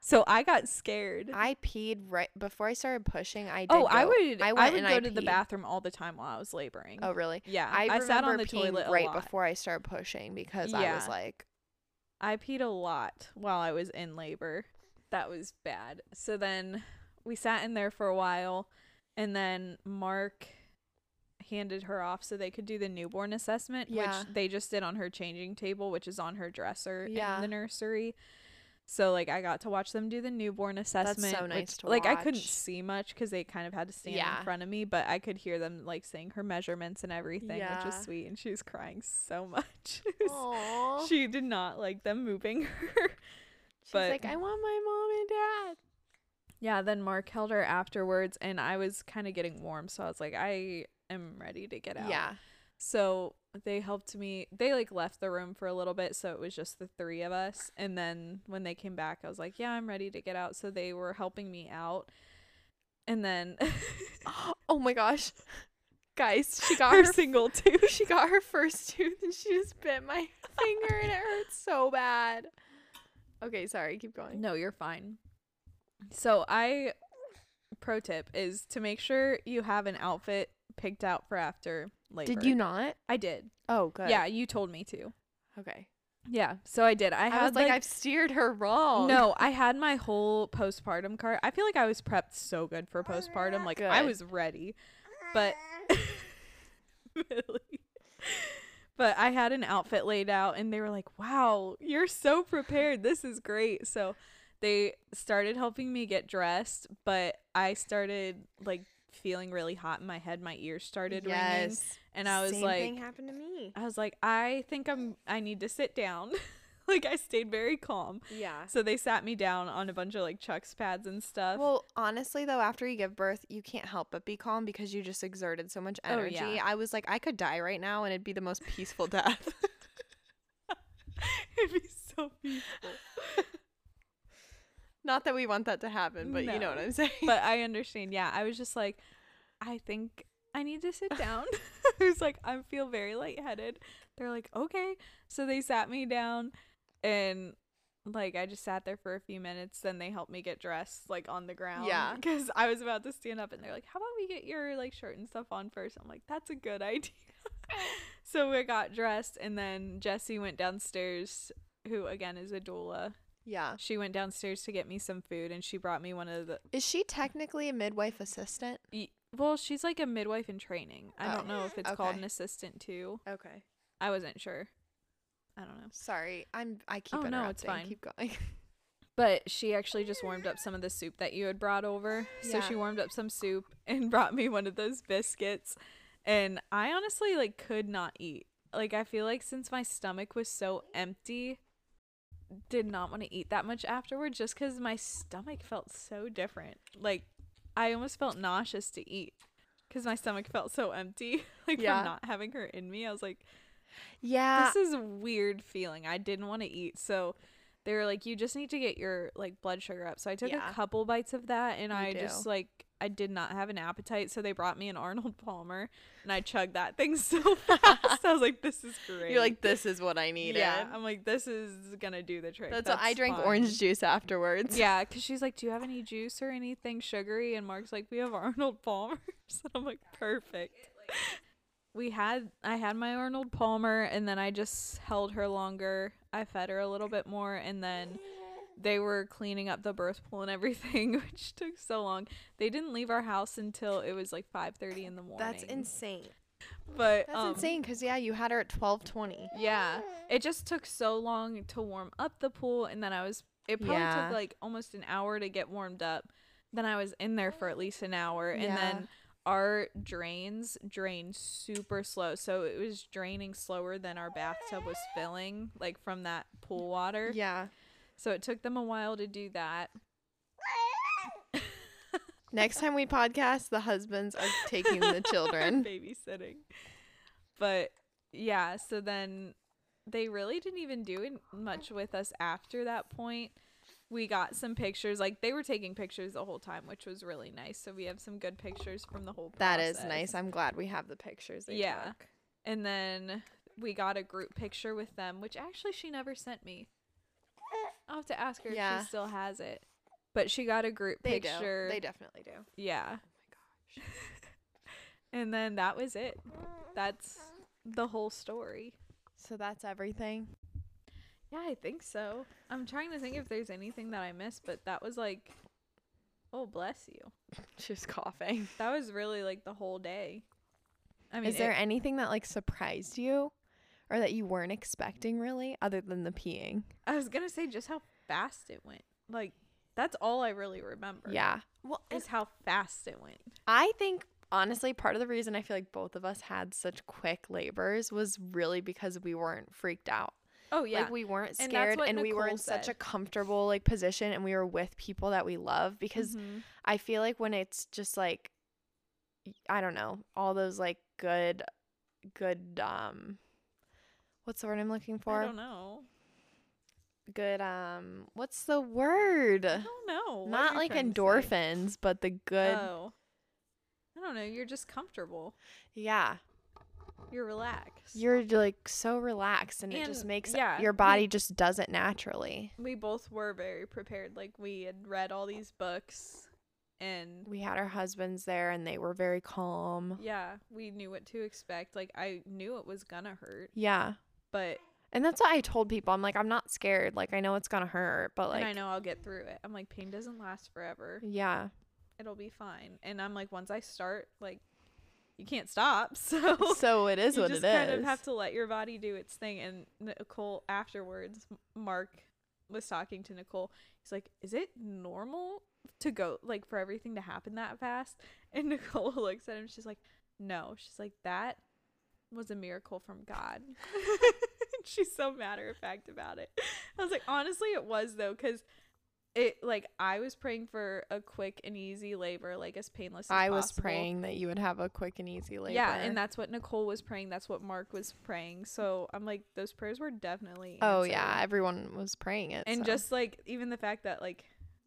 So I got scared.
I peed right before I started pushing. I did
oh, I
go-
would I,
I went
would
and
go
I
to the
peed.
bathroom all the time while I was laboring.
Oh, really?
yeah.
I, remember
sat on the
peeing
toilet a
right
lot.
before I started pushing because I was
Yeah. [laughs]
like,
I peed a lot while I was in labor. That was bad. So then we sat in there for a while and then Mark handed her off so they could do the newborn assessment,
Yeah.
which they just did on her changing table, which is on her dresser
Yeah.
in the nursery. So like I got to watch them do the newborn assessment.
nice
which,
to
Like I couldn't
watch.
see much because they kind of had to stand
Yeah.
in front of me, but I could hear them like saying her measurements and everything, which
Yeah.
is sweet. And she was crying so [laughs] much. It was
"Aw."
she did not like them moving [laughs] her.
She's
but-
like, I want my mom and dad.
yeah, then Mark held her afterwards, and I was kind of getting warm, so I was like, I am ready to get out.
Yeah. [gasps]
So they helped me. They like left the room for a little bit, so it was just the three of us. And then when they came back, I was like, Yeah, I'm ready to get out. So they were helping me out. And then [laughs]
Oh my gosh. Guys, she got
her
her,
[laughs] single
[laughs]
tooth.
she got her first tooth and she just bit
[laughs]
my finger and it hurts so bad. Okay, sorry, keep going.
No, you're fine. So I pro tip is to make sure you have an outfit picked out for after labor.
Did you not?
I did.
Oh, good.
Yeah, you told me to.
Okay.
Yeah, so I did. I
I,
had
was like,
like,
I've steered her wrong.
no, I had my whole postpartum cart. I feel like I was prepped so good for postpartum. Like I
Good.
was ready, but [laughs] really. But I had an outfit laid out, and they were like, "Wow, you're so prepared. This is great." So they started helping me get dressed, but I started like feeling really hot in my head. My ears [laughs] started ringing,
Yes.
and I was
Same
like,
thing happened to me.
I was like, I think I'm I need to sit down. [laughs] like I stayed very calm.
Yeah.
So they sat me down on a bunch of like chucks pads and stuff.
Well, honestly though, after you give birth, you can't help but be calm because you just exerted so much
Oh,
energy.
yeah.
I was like, I could die right now and it'd be the most peaceful [laughs] death.
[laughs] It'd be so peaceful.
Not that we want that to happen, but you know
No.
what I'm saying.
[laughs] but I understand. Yeah, I was just like, I think I need to sit down. [laughs] I was like, I feel very lightheaded. They're like, okay. So they sat me down and like I just sat there for a few minutes. Then they helped me get dressed like on the ground. [laughs]
Yeah.
Because I was about to stand up and they're like, how about we get your like shirt and stuff on first? I'm like, that's a
[laughs]
good [laughs] idea. so we got dressed and then Jesse went downstairs, who again is a doula.
yeah.
She went downstairs to get me some food and she brought me one of the
Is she technically a midwife assistant?
Y- Well, she's like a midwife in training. I don't know if it's called
Oh. okay.
an assistant too.
Okay.
I wasn't sure. I don't know.
Sorry. I'm I keep
Oh,
interrupting.
no, it's fine.
Keep going.
[laughs]
[laughs]
But she actually just warmed up some of the soup that you had brought over. So
Yeah.
she warmed up some soup [laughs] and brought me one of those biscuits. And I honestly like could not eat. Like I feel like since my stomach was so empty, did not want to eat that much afterwards just cuz my stomach felt so different. Like I almost felt nauseous to eat cuz my stomach felt so empty [laughs] like
Yeah.
from not having her in me. I was like
Yeah.
this is a weird feeling. I didn't want to eat, so they were like, "You just need to get your like blood sugar up." So I took
Yeah.
a couple bites of that, and
You
I
do.
just like I did not have an appetite. So they brought me an Arnold Palmer, and I chugged that thing [laughs] so fast. I was like, "This is great."
You're like, this is what I needed.
"Yeah." I'm like, "This is gonna do the trick."
That's, why I drank
fine."
orange juice [laughs] afterwards.
Yeah, because she's like, "Do you have any juice or anything sugary?" And Mark's like, "We have [laughs] Arnold Palmers." And I'm like, "Perfect." We had I had my Arnold Palmer, and then I just held her longer. I fed her a little bit more, and then they were cleaning up the birth pool and everything, [laughs] which took so long. They didn't leave our house until it was like five thirty in the morning.
That's insane.
But
That's
um,
insane because yeah, you had her at twelve twenty. [laughs]
yeah. It just took so long to warm up the pool and then I was it probably
Yeah.
took like almost an hour to get warmed up. Then I was in there for at least an hour and
Yeah.
then our drains drained super slow. So it was draining slower than our bathtub was filling like from that pool water.
Yeah.
So it took them a while to do that.
Next time we podcast, the husbands are taking the
[laughs]
children.
babysitting. But yeah, so then they really didn't even do it much with us after that point. we got some pictures. Like they were taking pictures the whole time, which was really nice. So we have some good pictures from the whole
That
process.
is nice. I'm glad we have the pictures. They
Yeah.
took.
And then we got a group picture with them, which actually she never sent me. I'll have to ask her if
Yeah.
she still has it. But she got a group
They
picture.
do. They definitely do.
yeah. [laughs] And then that was it. That's the whole story.
So that's everything.
Yeah, I think so. I'm trying to think if there's anything that I missed, but that was like, oh, bless you.
She's coughing.
That was really like the whole day. I mean,
is there
it-
anything that like surprised you or that you weren't expecting really other than the peeing?
I was gonna say just how fast it went. Like that's all I really remember.
Yeah. Well,
is how fast it went.
I think honestly part of the reason I feel like both of us had such quick labors was really because we weren't freaked out.
Oh yeah,
Like we weren't
And that's
scared
what
and, we were
Nicole
in such a
said.
comfortable like position and we were with people that we love because
Mhm.
I feel like when it's just like y- I don't know, all those like good good um what's the word I'm looking
I
for?
don't know.
Good um what's the word?
I don't know. what
Not
you're
like
trying to say.
endorphins, but the good
Oh. I don't know. You're just comfortable.
yeah.
You're relaxed.
You're j- like so relaxed and, it just
And,
makes
yeah,
your
we-
body just does it naturally.
we both were very prepared. Like we had read all these books, and
We had our husbands there and they were very calm.
yeah, we knew what to expect. Like I knew it was gonna hurt,
Yeah.
but
And that's what I told people. I'm like, I'm not scared. Like I know it's gonna hurt, but like
and I know I'll get through it. I'm like, pain doesn't last forever.
Yeah.
[laughs] It'll be fine. And I'm like, once I start, like, you can't stop. [laughs] So.
So it is
you
what it
just
is.
kind of have to let your body do its thing. And Nicole, afterwards, M- Mark was talking to Nicole. He's like, "Is it normal to go like for everything to happen that fast?" [laughs] And Nicole looks at him. She's like, "No." She's like, "That was a miracle from God." [laughs] she's so matter of fact about it. I was like, honestly, it was though, because. It like I was praying for a quick and easy labor, like as painless as
I was
possible.
praying that you would have a quick and easy labor.
Yeah, and that's what Nicole was praying. That's what Mark was praying. So I'm like, those prayers were definitely.
Oh yeah,
answered.
everyone was praying it.
and
so.
just like even the fact that like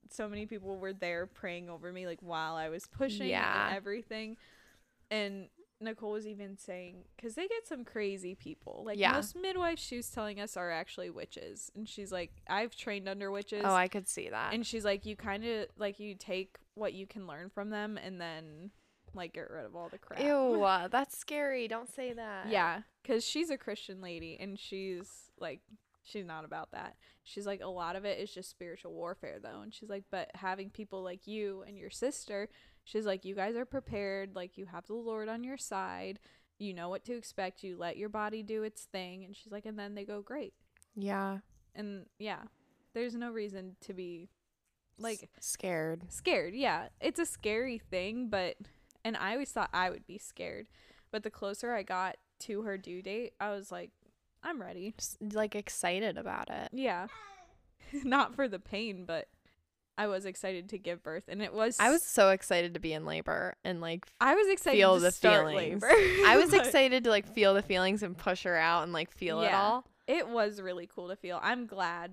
so many people were there praying over me, like while I was pushing
Yeah.
and everything, and Nicole was even saying because they get some crazy people. Like
Yeah.
most midwives, she was telling us are actually witches, and she's like, I've trained under witches.
Oh, I could see that.
and she's like, you kind of like you take what you can learn from them, and then like get rid of all the crap.
Ew, uh, that's scary. Don't say that.
Yeah, because she's a Christian lady and she's like, she's not about that. She's like, a lot of it is just spiritual warfare, though. And she's like, but having people like you and your sister, she's like, you guys are prepared. Like, you have the Lord on your side. You know what to expect. You let your body do its thing. And she's like, and then they go great.
Yeah.
And yeah, there's no reason to be like
S- scared.
scared yeah it's a scary thing but and i always thought i would be scared but the closer i got to her due date i was like i'm ready
Just, like excited about it.
yeah [laughs] not for the pain but i was excited to give birth and it was
I was so excited to be in labor and like
[laughs] i was excited
feel
to
the
start
feelings.
labor
I was
[laughs] but
excited to like feel the feelings and push her out and like feel it
Yeah.
all.
it was really cool to feel i'm glad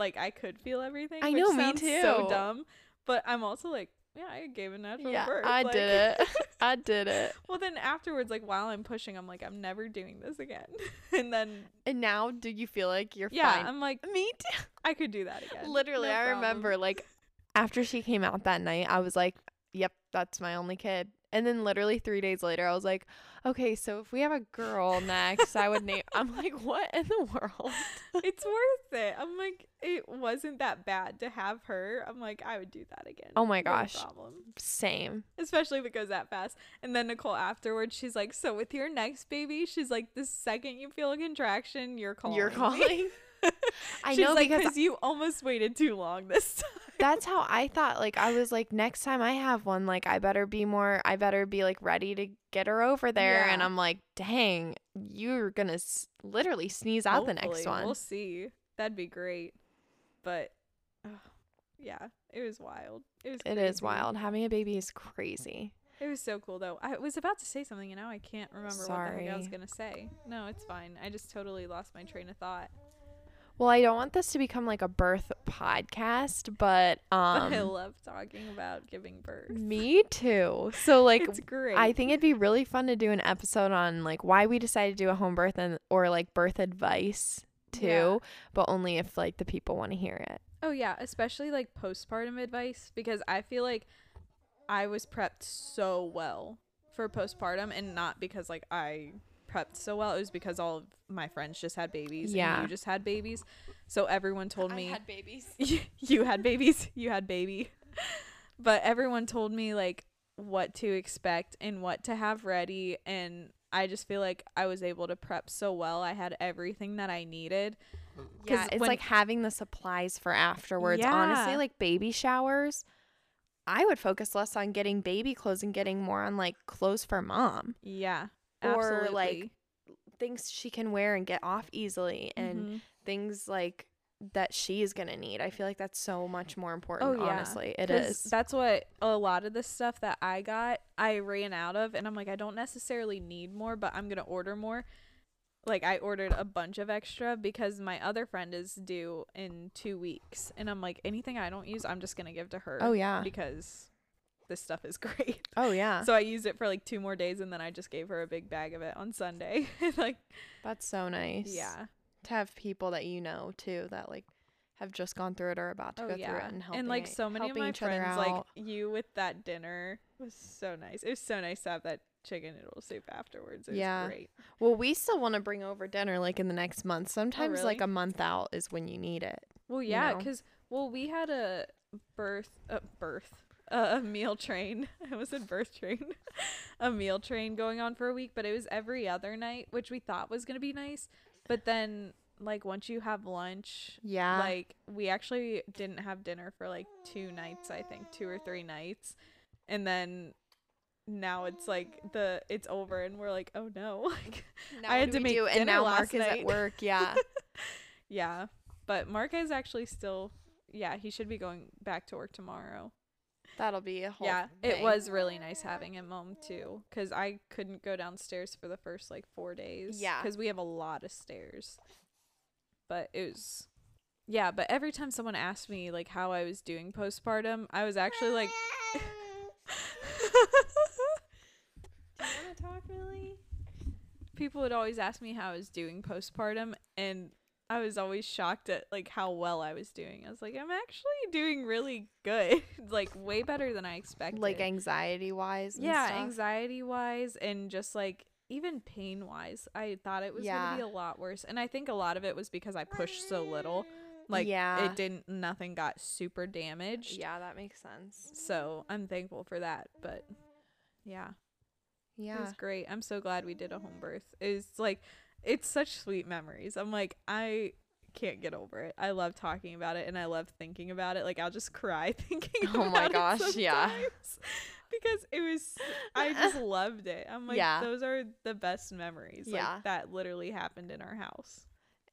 like i could feel everything
I
which
know, me
sounds so
too.
dumb but i'm also like yeah i gave a natural
Yeah,
birth
I
like-
did it. [laughs] I did it.
Well, then afterwards, like while I'm pushing, I'm like, I'm never doing this again. [laughs] and then,
And now, do you feel like you're
yeah,
fine?
I'm like, [laughs]
Me too.
I could do that again.
Literally,
No
I
problem.
remember like after she came out that night, I was like, "Yep, that's my only kid." And then literally three days later, I was like, "Okay, so if we have a girl next, I would name." I'm like, "What in the world?"
[laughs] it's worth it. I'm like, it wasn't that bad to have her. I'm like, I would do that again.
Oh my
No
gosh.
problem.
Same.
Especially if it goes that fast. And then Nicole afterwards, she's like, so with your next baby, she's like, the second you feel a contraction, you're calling.
You're
me." [laughs]
calling. [laughs] I
she's
know
like, [laughs]
because
you almost waited too long this [laughs] time.
that's how I thought. Like I was like, next time I have one, like I better be more. I better be like ready to get her over there. And
Yeah.
I'm like, dang, you're gonna s- literally sneeze out the next
Hopefully.
one.
We'll see. That'd be great. But ugh, yeah, it was wild. It was.
It is
crazy.
wild. Having a baby is crazy.
It was so cool though. I was about to say something and now I can't remember what the heck I was
Sorry.
gonna say. No, it's fine. I just totally lost my train of thought. [laughs]
Well, I don't want this to become like a birth podcast, but
[laughs] I
um
love talking about giving birth. [laughs]
me too. So like
it's great.
I think it'd be really fun to do an episode on like why we decided to do a home birth and or like birth advice too,
Yeah.
but only if like the people want to hear it.
Oh yeah, especially like postpartum advice because I feel like I was prepped so well for postpartum and not because like I prepped so well, it was because all of my friends just had babies and
Yeah.
you just had babies. So everyone told me
babies.
[laughs] you had babies, [laughs] you had baby. But everyone told me like what to expect and what to have ready and I just feel like I was able to prep so well. I had everything that I needed.
Yeah,
'Cause
it's
when-
like having the supplies for afterwards. Honestly,
Yeah.
like baby showers, I would focus less on getting baby clothes and getting more on like clothes for mom,
Yeah.
Or, like,
absolutely.
things she can wear and get off easily, and
Mhm.
things like that she is gonna need. I feel like that's so much more important.
Oh, yeah.
Honestly, it
'Cause
is.
That's what a lot of the stuff that I got, I ran out of, and I'm like, I don't necessarily need more, but I'm gonna order more. Like I ordered a bunch of extra because my other friend is due in two weeks, and I'm like, anything I don't use, I'm just gonna give to her.
Oh yeah.
because this stuff is [laughs] great.
Oh yeah.
So I used it for like two more days, and then I just gave her a big bag of it on Sunday. [laughs] like,
That's so nice.
yeah,
To have people that you know too that like have just gone through it or about to
oh
go through
yeah,
it and helping
and e-, like
it-
so many of
helping
my
each other
friends,
out.
like you with that dinner was so nice. It was so nice to have that chicken noodle soup afterwards. It
Yeah.
was great.
Well, we still want to bring over dinner like in the next month. Sometimes like
Oh, really?
a month out is when you need it.
Well,
You
yeah,
know?
because well, we had a birth, a birth, a meal train. [laughs] I was in birth train, [laughs] a meal train going on for a week, but it was every other night, which we thought was gonna be nice, but then like once you have lunch.
Yeah.
Like we actually didn't have dinner for like two nights, I think, two or three nights. And then now it's like the it's over and we're like, "Oh no." [laughs] Like
Now
I
what
had
do
to
we
make
do?
dinner
and now
last
Mark is at
night.
work. Yeah.
yeah. But Mark is actually still yeah, he should be going back to work tomorrow.
[laughs] That'll be a whole
yeah, it
thing.
was really nice having him home too cuz I couldn't go downstairs for the first like 4 days
Yeah.
cuz we have a lot of stairs. But it was yeah, but every time someone asked me like how I was doing postpartum, I was actually [laughs] like [laughs] people would always ask me how I was doing postpartum and I was always shocked at like how well I was doing. I was like, I'm actually doing really good. [laughs] like way better than I expected.
like anxiety wise.
yeah, anxiety wise and just like even pain wise. I thought it was
Yeah.
gonna be a lot worse. And I think a lot of it was because I pushed so little. Like
Yeah.
it didn't nothing got super damaged.
Yeah, that makes sense.
So I'm thankful for that. But yeah. It
Yeah.
was great. I'm so glad we did a home birth. It's like it's such sweet memories. I'm like I can't get over it. I love talking about it and I love thinking about it. Like I'll just cry [laughs] thinking
Oh my
about it
gosh, yeah.
sometimes. [laughs] because it was
[laughs]
I just loved it. I'm like
Yeah.
those are the best memories.
Yeah.
Like that literally happened in our house.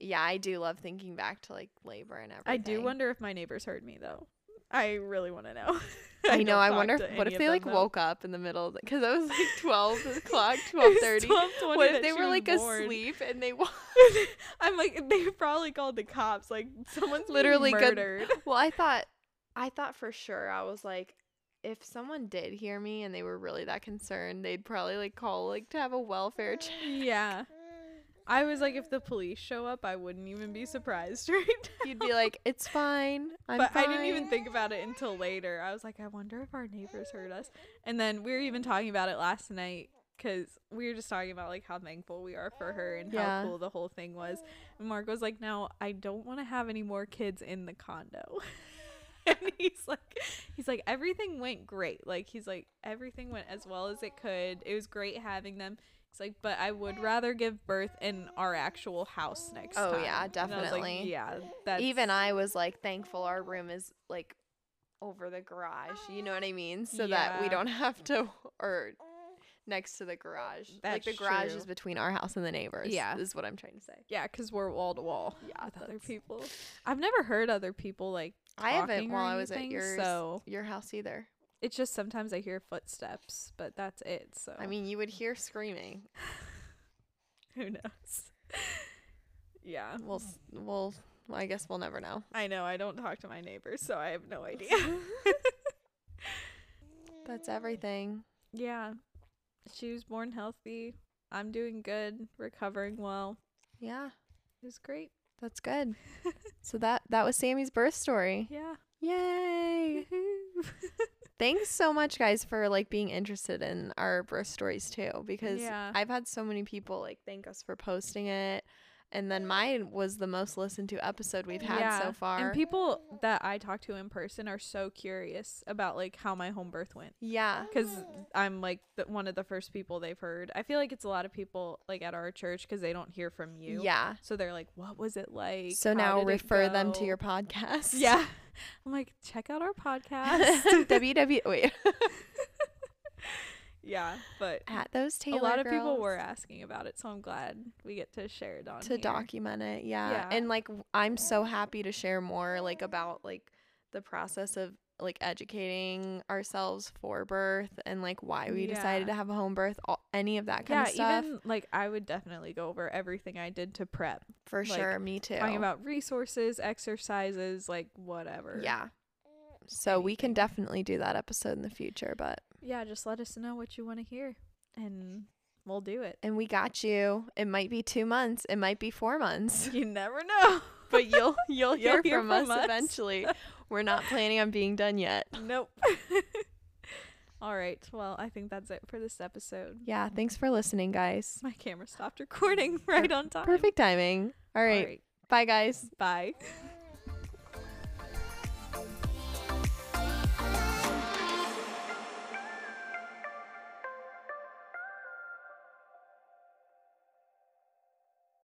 Yeah, I do love thinking back to like labor and everything.
I do wonder [laughs] if my neighbors heard me though. I really want to know. [laughs]
I know.
don't
I
talk
wonder.
to
If, what if
any of
they
them,
like
though.
woke up in the middle because I was
[laughs]
like twelve o'clock,
It was
twelve thirty.
12:20
What if
that
they
she
were
was
like
born.
asleep and
[laughs]
they? Wa-
I'm like, they probably called the cops. Like, someone's literally
Literally good-
murdered.
well, I thought, I thought for sure. I was like, if someone did hear me and they were really that concerned, they'd probably like call like to have a welfare
[laughs]
check.
yeah. I was like, if the police show up, I wouldn't even be surprised, [laughs] right?
You'd be like, it's fine. I'm
but
fine.
I didn't even think about it until later. I was like, I wonder if our neighbors heard us. And then we were even talking about it last night because we were just talking about like how thankful we are for her and
Yeah.
how cool the whole thing was. And Mark was like, "Now I don't want to have any more kids in the condo." [laughs] and he's like, he's like, everything went great. Like he's like, everything went as well as it could. It was great having them. He's like, but I would rather give birth in our actual house next
Oh,
time.
yeah,
And I was like,
definitely.
yeah, that's
Even I was like thankful our room is like over the garage. You know what I mean? So that we
Yeah. Mm.
don't have to or next to the garage. like
That's
the garage
true.
is between our house and the neighbors.
Yeah.
is what I'm trying to say.
Yeah, because we're wall to wall
Yeah,
with other
that's-
people.
[laughs]
I've never heard other people like
I haven't
talking or
while I was at
anything,
yours,
So
your house either.
it's just sometimes I hear footsteps, but that's it. So
I
[laughs]
mean, you would hear screaming.
who knows? [laughs] yeah,
We'll s- we'll Well, I guess we'll never know.
I know I don't talk to my neighbors, so I
[laughs]
have no idea. [laughs]
That's everything.
yeah. She was born healthy. I'm doing good, recovering well.
Yeah,
It was great.
that's
[laughs]
good. so that that was Sammy's birth story.
Yeah.
Yay! Thanks so much guys for like being interested in our birth stories too because
Yeah.
I've had so many people like thank us for posting it. And then mine was the most listened to episode we've had so far.
And people that I talk to in person are so curious about like how my home birth went.
yeah.
because
Oh.
I'm like the, one of the first people they've heard. I feel like it's a lot of people like at our church because they don't hear from you.
Yeah.
So they're like, "What was it like?"
So
How
now
did it
refer them to
go?"
your podcast. [laughs]
[laughs] Yeah. I'm like, check out our podcast.
www wait
yeah, but
at those Taylor
a lot of people
girls
were asking about it, so I'm glad we get to share it on
to
here.
document it. Yeah.
Yeah.
And like w- I'm so happy to share more like about like the process of like educating ourselves for birth and like why we decided to
Yeah.
have a home birth, all, any of that kind
Yeah,
of stuff.
even like I would definitely go over everything I did to prep,
for
like,
sure, me too.
talking about resources, exercises, like whatever.
yeah. So we can definitely do that episode in the future, but
yeah. Just let us know what you want to hear, and we'll do it.
and we got you. It might be 2 months, it might be 4
[laughs]
months.
You never know.
[laughs] But you'll you'll hear,
You'll hear
from,
from
us
us. [laughs]
eventually. We're not planning on being done yet.
nope. [laughs] All right. Well, I think that's it for this episode.
Yeah, thanks for listening, guys.
My camera stopped recording [laughs] right on time.
Perfect timing. All
All
right.
right.
Bye, guys.
Bye.